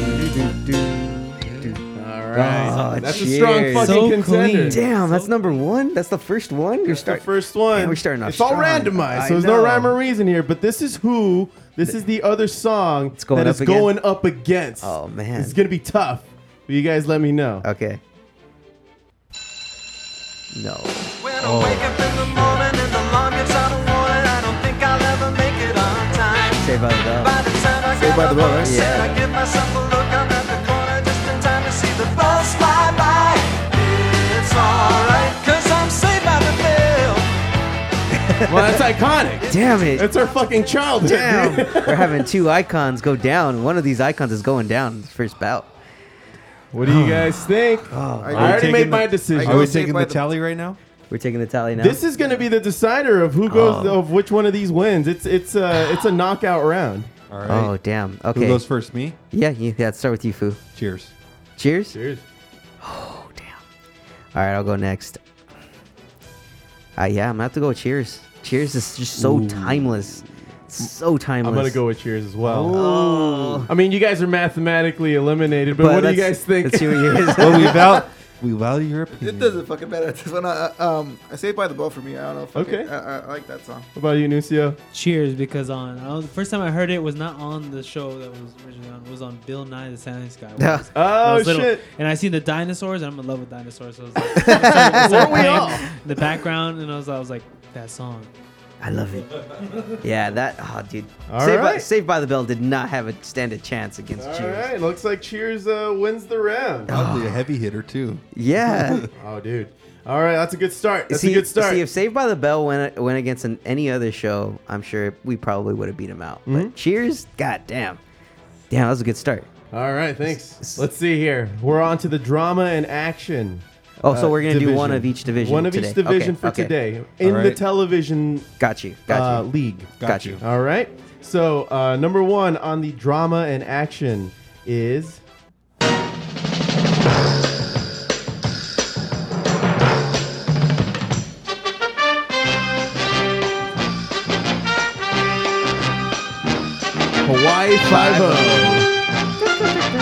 All right. Oh, That's a strong fucking So contender. clean. Damn, that's number one. That's the first one. You're starting. first one. Man, we're starting off. It's all strong. randomized, I so there's no know. rhyme or reason here. But this is who. This is the other song going that up is again? going up against. Oh man, it's gonna be tough. But you guys, let me know. Okay. No. Saved by the Bell. Saved by the Bell, right? I Yeah. give myself a look, I'm at the corner just in time to see the bus fly by. It's alright, cause I'm saved by the bell. well, that's iconic. Damn it. That's our fucking childhood. Damn. *laughs* We're having two icons go down. One of these icons is going down in the first bout. What do you guys think? Oh. I already made my decision. Are we taking the tally right now? We're taking the tally now. This is going to be the decider of who goes Oh. of which one of these wins. It's it's uh *sighs* it's a knockout round. All Oh damn. Okay. Who goes first? Me. Yeah, you, yeah. Start with you, Foo. *laughs* Cheers. Cheers. Cheers. All right, I'll go next. Uh, yeah, I'm gonna have to go with Cheers. Cheers is just so Ooh. timeless, so timeless. I'm gonna go with Cheers as well. Oh. I mean, you guys are mathematically eliminated, but, But what do you let's- guys think? let's see what *laughs* yours- *laughs* well, we value we value your It opinion. doesn't fucking matter. *laughs* This one, uh, uh, um, I Saved by the Bell for me. I don't know. Fuck Okay. it. I, I, I like that song. What about you, Nucio? Cheers, because on I was, the first time I heard it was not on the show that was originally on. It was on Bill Nye the Science Guy. when I was- when I Oh, was little. shit. And I seen the dinosaurs, and I'm in love with *laughs* dinosaurs. So I was like, it started- it started Weren't we playing all? in The background, and I was, I was like, that song. I love it. Yeah, that. Oh, dude. All Saved, by, right. Saved by the Bell did not have a stand a chance against All Cheers. right, looks like Cheers uh, wins the round. Probably a heavy hitter too. Yeah. oh, dude. All right, that's a good start. That's see, a good start. See, if Saved by the Bell went went against an, any other show, I'm sure we probably would have beat him out. Mm-hmm. But Cheers, goddamn, damn, that was a good start. All right, thanks. Let's see here. We're on to the drama and action. Oh, so we're gonna do one of each division Uh, One of today. each division Okay, for okay. today All in the right. television. Got you, got uh, you. league. Got Got you. you. All right. So uh, number one on the drama and action is Hawaii Five O.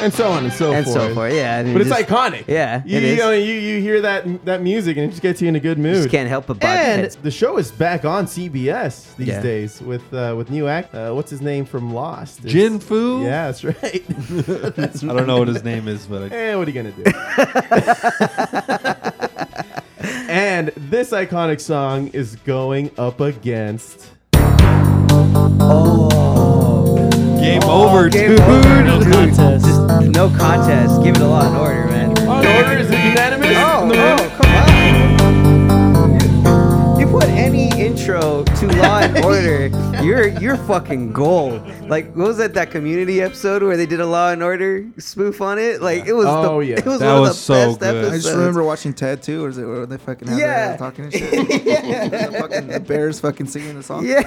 And so on and so And forth. so forth, yeah, I mean, but it's just- iconic. yeah, You, it you is. know, you, you hear that that music and it just gets you in a good mood. Just can't help but bob your And head. the show is back on CBS these Yeah. days with uh, with new act. Uh, what's his name from Lost? It's- Jin Fu? Yeah, that's right. *laughs* That's I don't know what his name is, but I- Eh, what are you gonna *laughs* do? and this iconic song is going up against. Game oh. Oh, over, dude. No contest. Just no contest. Give it a lot in order, man. On order is it unanimous? Oh, oh, come on. You put any intro to Law *laughs* and Order, you're you're fucking gold. Like what was that that community episode where they did a Law and Order spoof on it? Like it was Oh, the, yeah. it was That one was of the best so good. I just episodes. remember watching Ted too, or is it where they fucking have Yeah. yeah. talking *laughs* and shit? the, fucking, the bears fucking singing the *laughs* song. Yeah.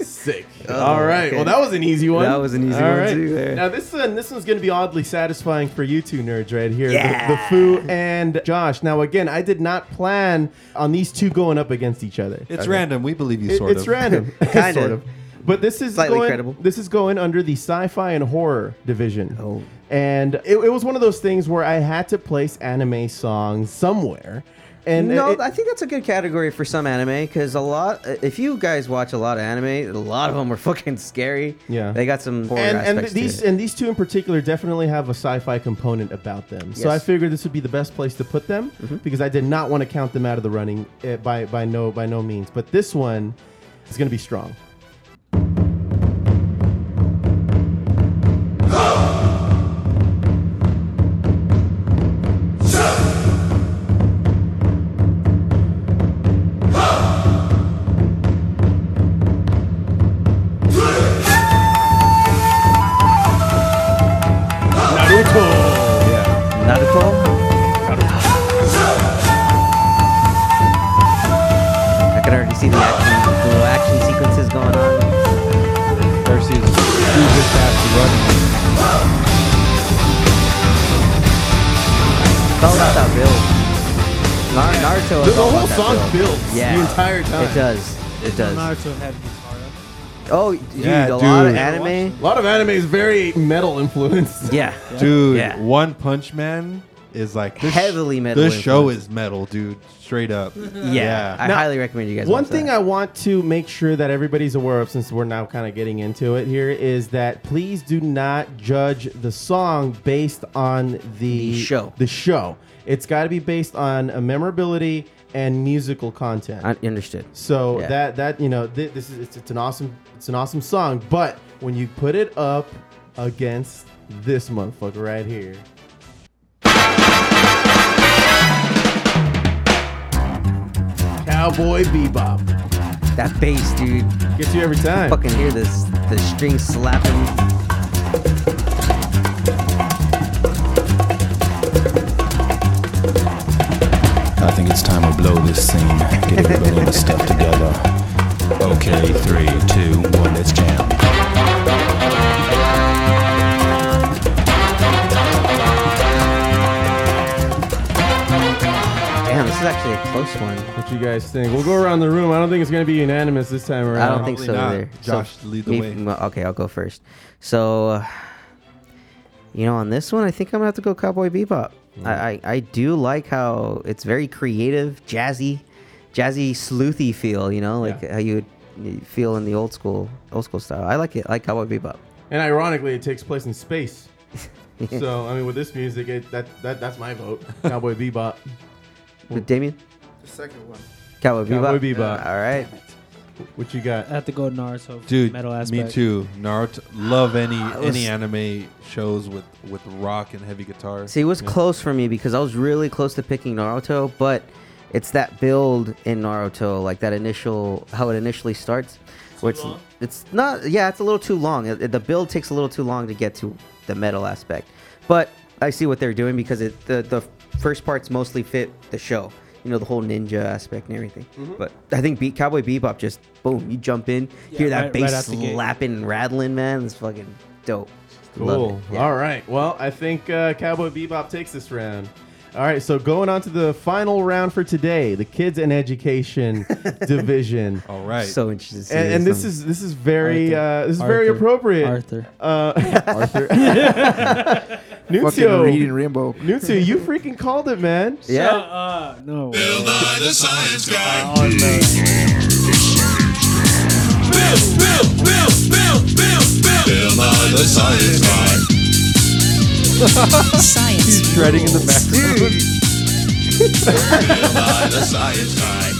Sick. Oh, All right. okay. Well, that was an easy one. That was an easy All one, right. too, there. Now this one, this one's gonna be oddly satisfying for you two nerds right here, the- Yeah. the, Foo and Josh. Now again, I did not plan on these two going up against each other. It's random. We believe you, It- sort it's *laughs* of. random, *laughs* Kinda. sort of. But this is Slightly going, credible. This is going under the sci-fi and horror division. Oh. And it, it was one of those things where I had to place anime songs somewhere. And no, it- I think that's a good category for some anime because a lot. If you guys watch a lot of anime, a lot of them are fucking scary. Yeah. they got some horror and, and aspects to these it. and these two in particular definitely have a sci-fi component about them. So I Yes. Mm-hmm. figured this would be the best place to put them because I did not want to count them out of the running eh, by by no by no means. But this one is going to be strong. Not at all. I can already see the action, the little action sequences going on. Darcy is too good fast to run. It's all about that build. Nar- Naruto. The, is the all whole about that song build. builds Yeah, the entire time. It does. It does. Naruto had Guitar. Oh, dude, Yeah, a lot of dude. anime. A lot of anime is very metal influenced. Yeah. *laughs* dude. Yeah. One Punch Man is like this, Heavily metal This show influenced. is metal, dude. Straight up. Yeah, I Now, highly recommend you *laughs* guys. One watch thing that. I want to make sure that everybody's aware of, since we're now kind of getting into it here, is that please do not judge the song based on the, show. The show. It's got to be based on uh, memorability and musical content. I understood. So Yeah. that that you know thi- this is it's, it's an awesome it's an awesome song, but when you put it up against this motherfucker right here, Cowboy Bebop. That bass, dude, gets you every time. *laughs* fucking hear this, the string slapping. *laughs* I think it's time to blow this scene. Get everybody in the stuff together. Okay, three, two, one, let's jam. Damn, this is actually a close one. What you guys think? We'll go around the room. I don't think it's gonna be unanimous this time around. I don't think so either. so me- well, okay, I'll go first. So, uh, you know, on this one, I think I'm gonna have to go Cowboy Bebop. Hmm. I, I I do like how it's very creative, jazzy, jazzy, sleuthy feel. You know, like how you would feel in the old school, old school style. I like it. I like Cowboy Bebop. And ironically, it takes place in *laughs* space. so I mean, with this music, it, that that that's my vote. Cowboy Bebop. With Damien, The second one. Cowboy Bebop. Cowboy Bebop. All right. What you got? I have to go Naruto. for Dude, metal aspect. me too. Naruto, *sighs* love any was- any anime shows with with rock and heavy guitar. See, it was Yeah. close for me because I was really close to picking Naruto, but it's that build in Naruto, like that initial how it initially starts. where it's, it's not, yeah, it's a little too long. It- it- the build takes a little too long to get to the metal aspect, but I see what they're doing because it the the first parts mostly fit the show. You know, the whole ninja aspect and everything. Mhm. But I think Beat Cowboy Bebop just boom, you jump in, Yeah, hear that right- right bass out the gate. slapping and rattling, man. It's fucking dope. Love it. Cool. All right. Well, I think uh, Cowboy Bebop takes this round. All right. So going on to the final round for today, the kids and *laughs* education division. All right. So interested to see And, and this this one. is this is very Oh, Arthur. uh, this is very Arthur. appropriate. Arthur. Uh, Arthur. Fucking Nuncio. reading rainbow. Nuncio, you freaking called it, *laughs* man. Yeah. Shut no. Built by the science guy. Oh, Built, built, built, built, built, built. Built by the science guy. Science. He's shredding in the background. built by the science guy.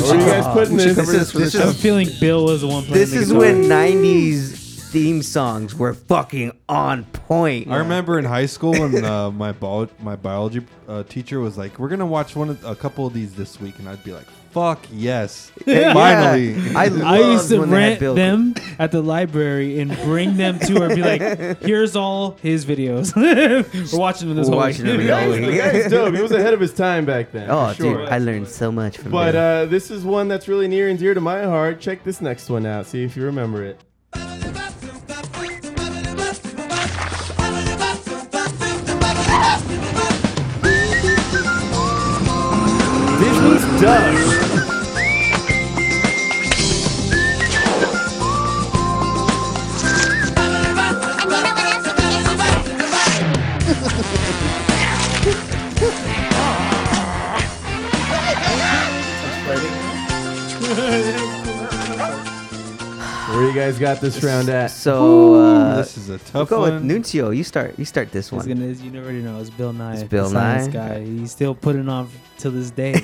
Where are you guys putting We should this? cover this for the show. I'm feeling Bill was the one playing This the is guitar. when '90s theme songs were fucking on point. *laughs* I remember in high school *laughs* when uh, my bio- my biology uh, teacher was like, "We're gonna watch one of, a couple of these this week," and I'd be like, "Fuck *laughs* yes, Yeah. finally!" *laughs* I used to rent them at the library and bring them to her and be *laughs* like, here's all his videos. *laughs* We're watching them this We're whole watching week. them *laughs* the whole week. That is dope. He was ahead of his time back then. Oh, for sure. dude, I learned so much from But Bill. uh, this is one that's really near and dear to my heart. Check this next one out. See if you remember it. Disney's Doug. Where you guys got this round at? so uh, this is a we'll tough go one. with Nuncio. You start. You start this It's one. gonna, you never know. It's Bill Nye. It's Bill the science Nye. guy. He's still putting on till *laughs* this day.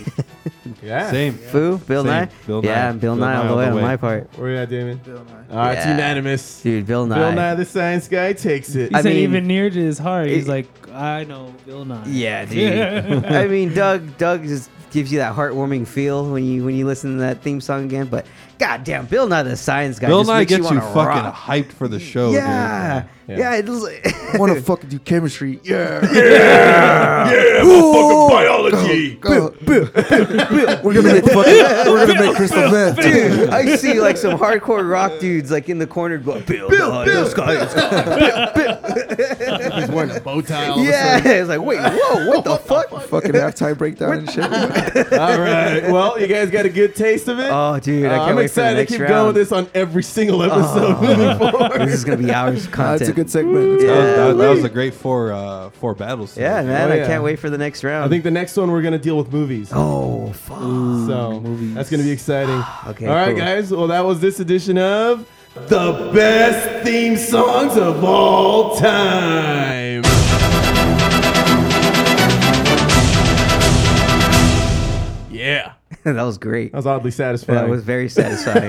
Yeah. Same. Foo, Bill Same. Nye. Bill yeah, Nye. Bill, Nye, all the way on my part. Where you at, Damon? Bill Nye. All right, it's Yeah. unanimous. Dude, Bill Nye. Bill Nye, the science guy, takes it. He said even near to his heart, he's like, I know Bill Nye. Yeah, dude. I mean, Doug. Doug just gives you that heartwarming feel when you when you listen to that theme song again. But goddamn, Bill Nye, the science guy. Bill just Nye makes gets you, you, wanna fucking rock. hyped for the show. Yeah. dude. Yeah, it was like I want to fucking do chemistry. *laughs* Yeah. Yeah. Yeah, Ooh. motherfucking biology. Go, go. Bill, Bill, Bill, Bill. *laughs* We're gonna make fucking, we're gonna make crystal *laughs* meth. Dude, I see like some hardcore rock dudes like in the corner going, Bill, Bill, Bill, Bill, Bill, Bill, Bill, Bill, Bill, He's wearing a bow tie. yeah, of Yeah, *laughs* a sudden. it's like, wait, whoa, what the fuck? Fucking halftime breakdown and *laughs* shit. All right. Well, you guys got a good taste of it. Uh, Oh, dude, I can't I'm wait for the excited next to keep round. going with this on every single episode *laughs* Oh, moving forward. this is gonna be hours of content. That's That, was, that- that was a great four uh, four battles. Yeah, man, I can't wait for the next round. I think the next one we're gonna deal with movies. Oh, fuck. So that's gonna be exciting. *sighs* okay, All right, cool. guys. Well, that was this edition of the best theme songs of all time. Yeah. *laughs* that was great. That was oddly satisfying. That was very satisfying.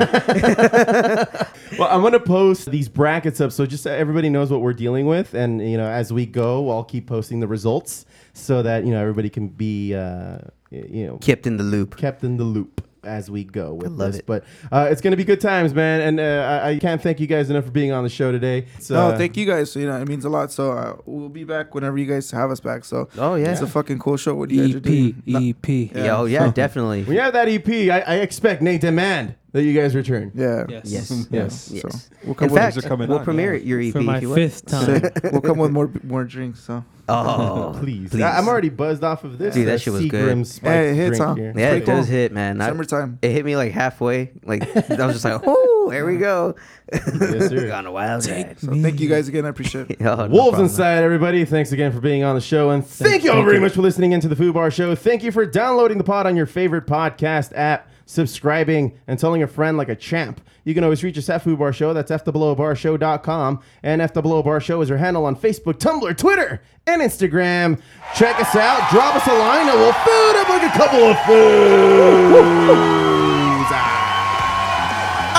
well, I'm gonna post these brackets up so just so everybody knows what we're dealing with, and you know, as we go, I'll keep posting the results so that you know everybody can be uh, y- you know kept in the loop, kept in the loop as we go with love this. it. But uh, it's gonna be good times, man, and uh, I, I can't thank you guys enough for being on the show today. So, no, thank you guys. You know, it means a lot. So uh, we'll be back whenever you guys have us back. So oh yeah, E it's a fucking cool show. What you E guys are doing? EP. Yeah, oh, yeah, definitely. When you have that EP, I, I expect, Nate, demand that you guys return. Yeah. Yes. E Yes. Yes. So, we'll In come with- fact, These are coming we'll out, premiere yeah. your EP For my if you fifth *laughs* want. time. We'll come with more more drinks. So Oh, please. please. I, am already buzzed off of this. Dude, uh, that shit was Seagram good. spiked drink here. Yeah, it does hit, man. I- Summertime. It hit me like halfway. Like I was just like, *laughs* oh, here we go. Yes, *laughs* sir. On a wild ride. So thank you guys again. I appreciate it. Oh, no Wolves problem. Inside, everybody. Thanks again for being on the show. And thank, you all thank very you. much for listening into the Foo Bar Show. Thank you for downloading the pod on your favorite podcast app, subscribing, and telling a friend like a champ. You can always reach us at Foo Bar Show. That's FTheBlowBarShow.com. And F The Below Bar Show is our handle on Facebook, Tumblr, Twitter, and Instagram. Check us out. Drop us a line and we'll food up like a couple of foods. *laughs*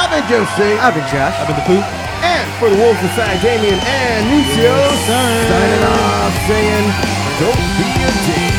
I've been Joe C. I've been Josh. I've been the Poop. And for the Wolves Inside, Damien and Nucio. Signing off saying, don't be a dick.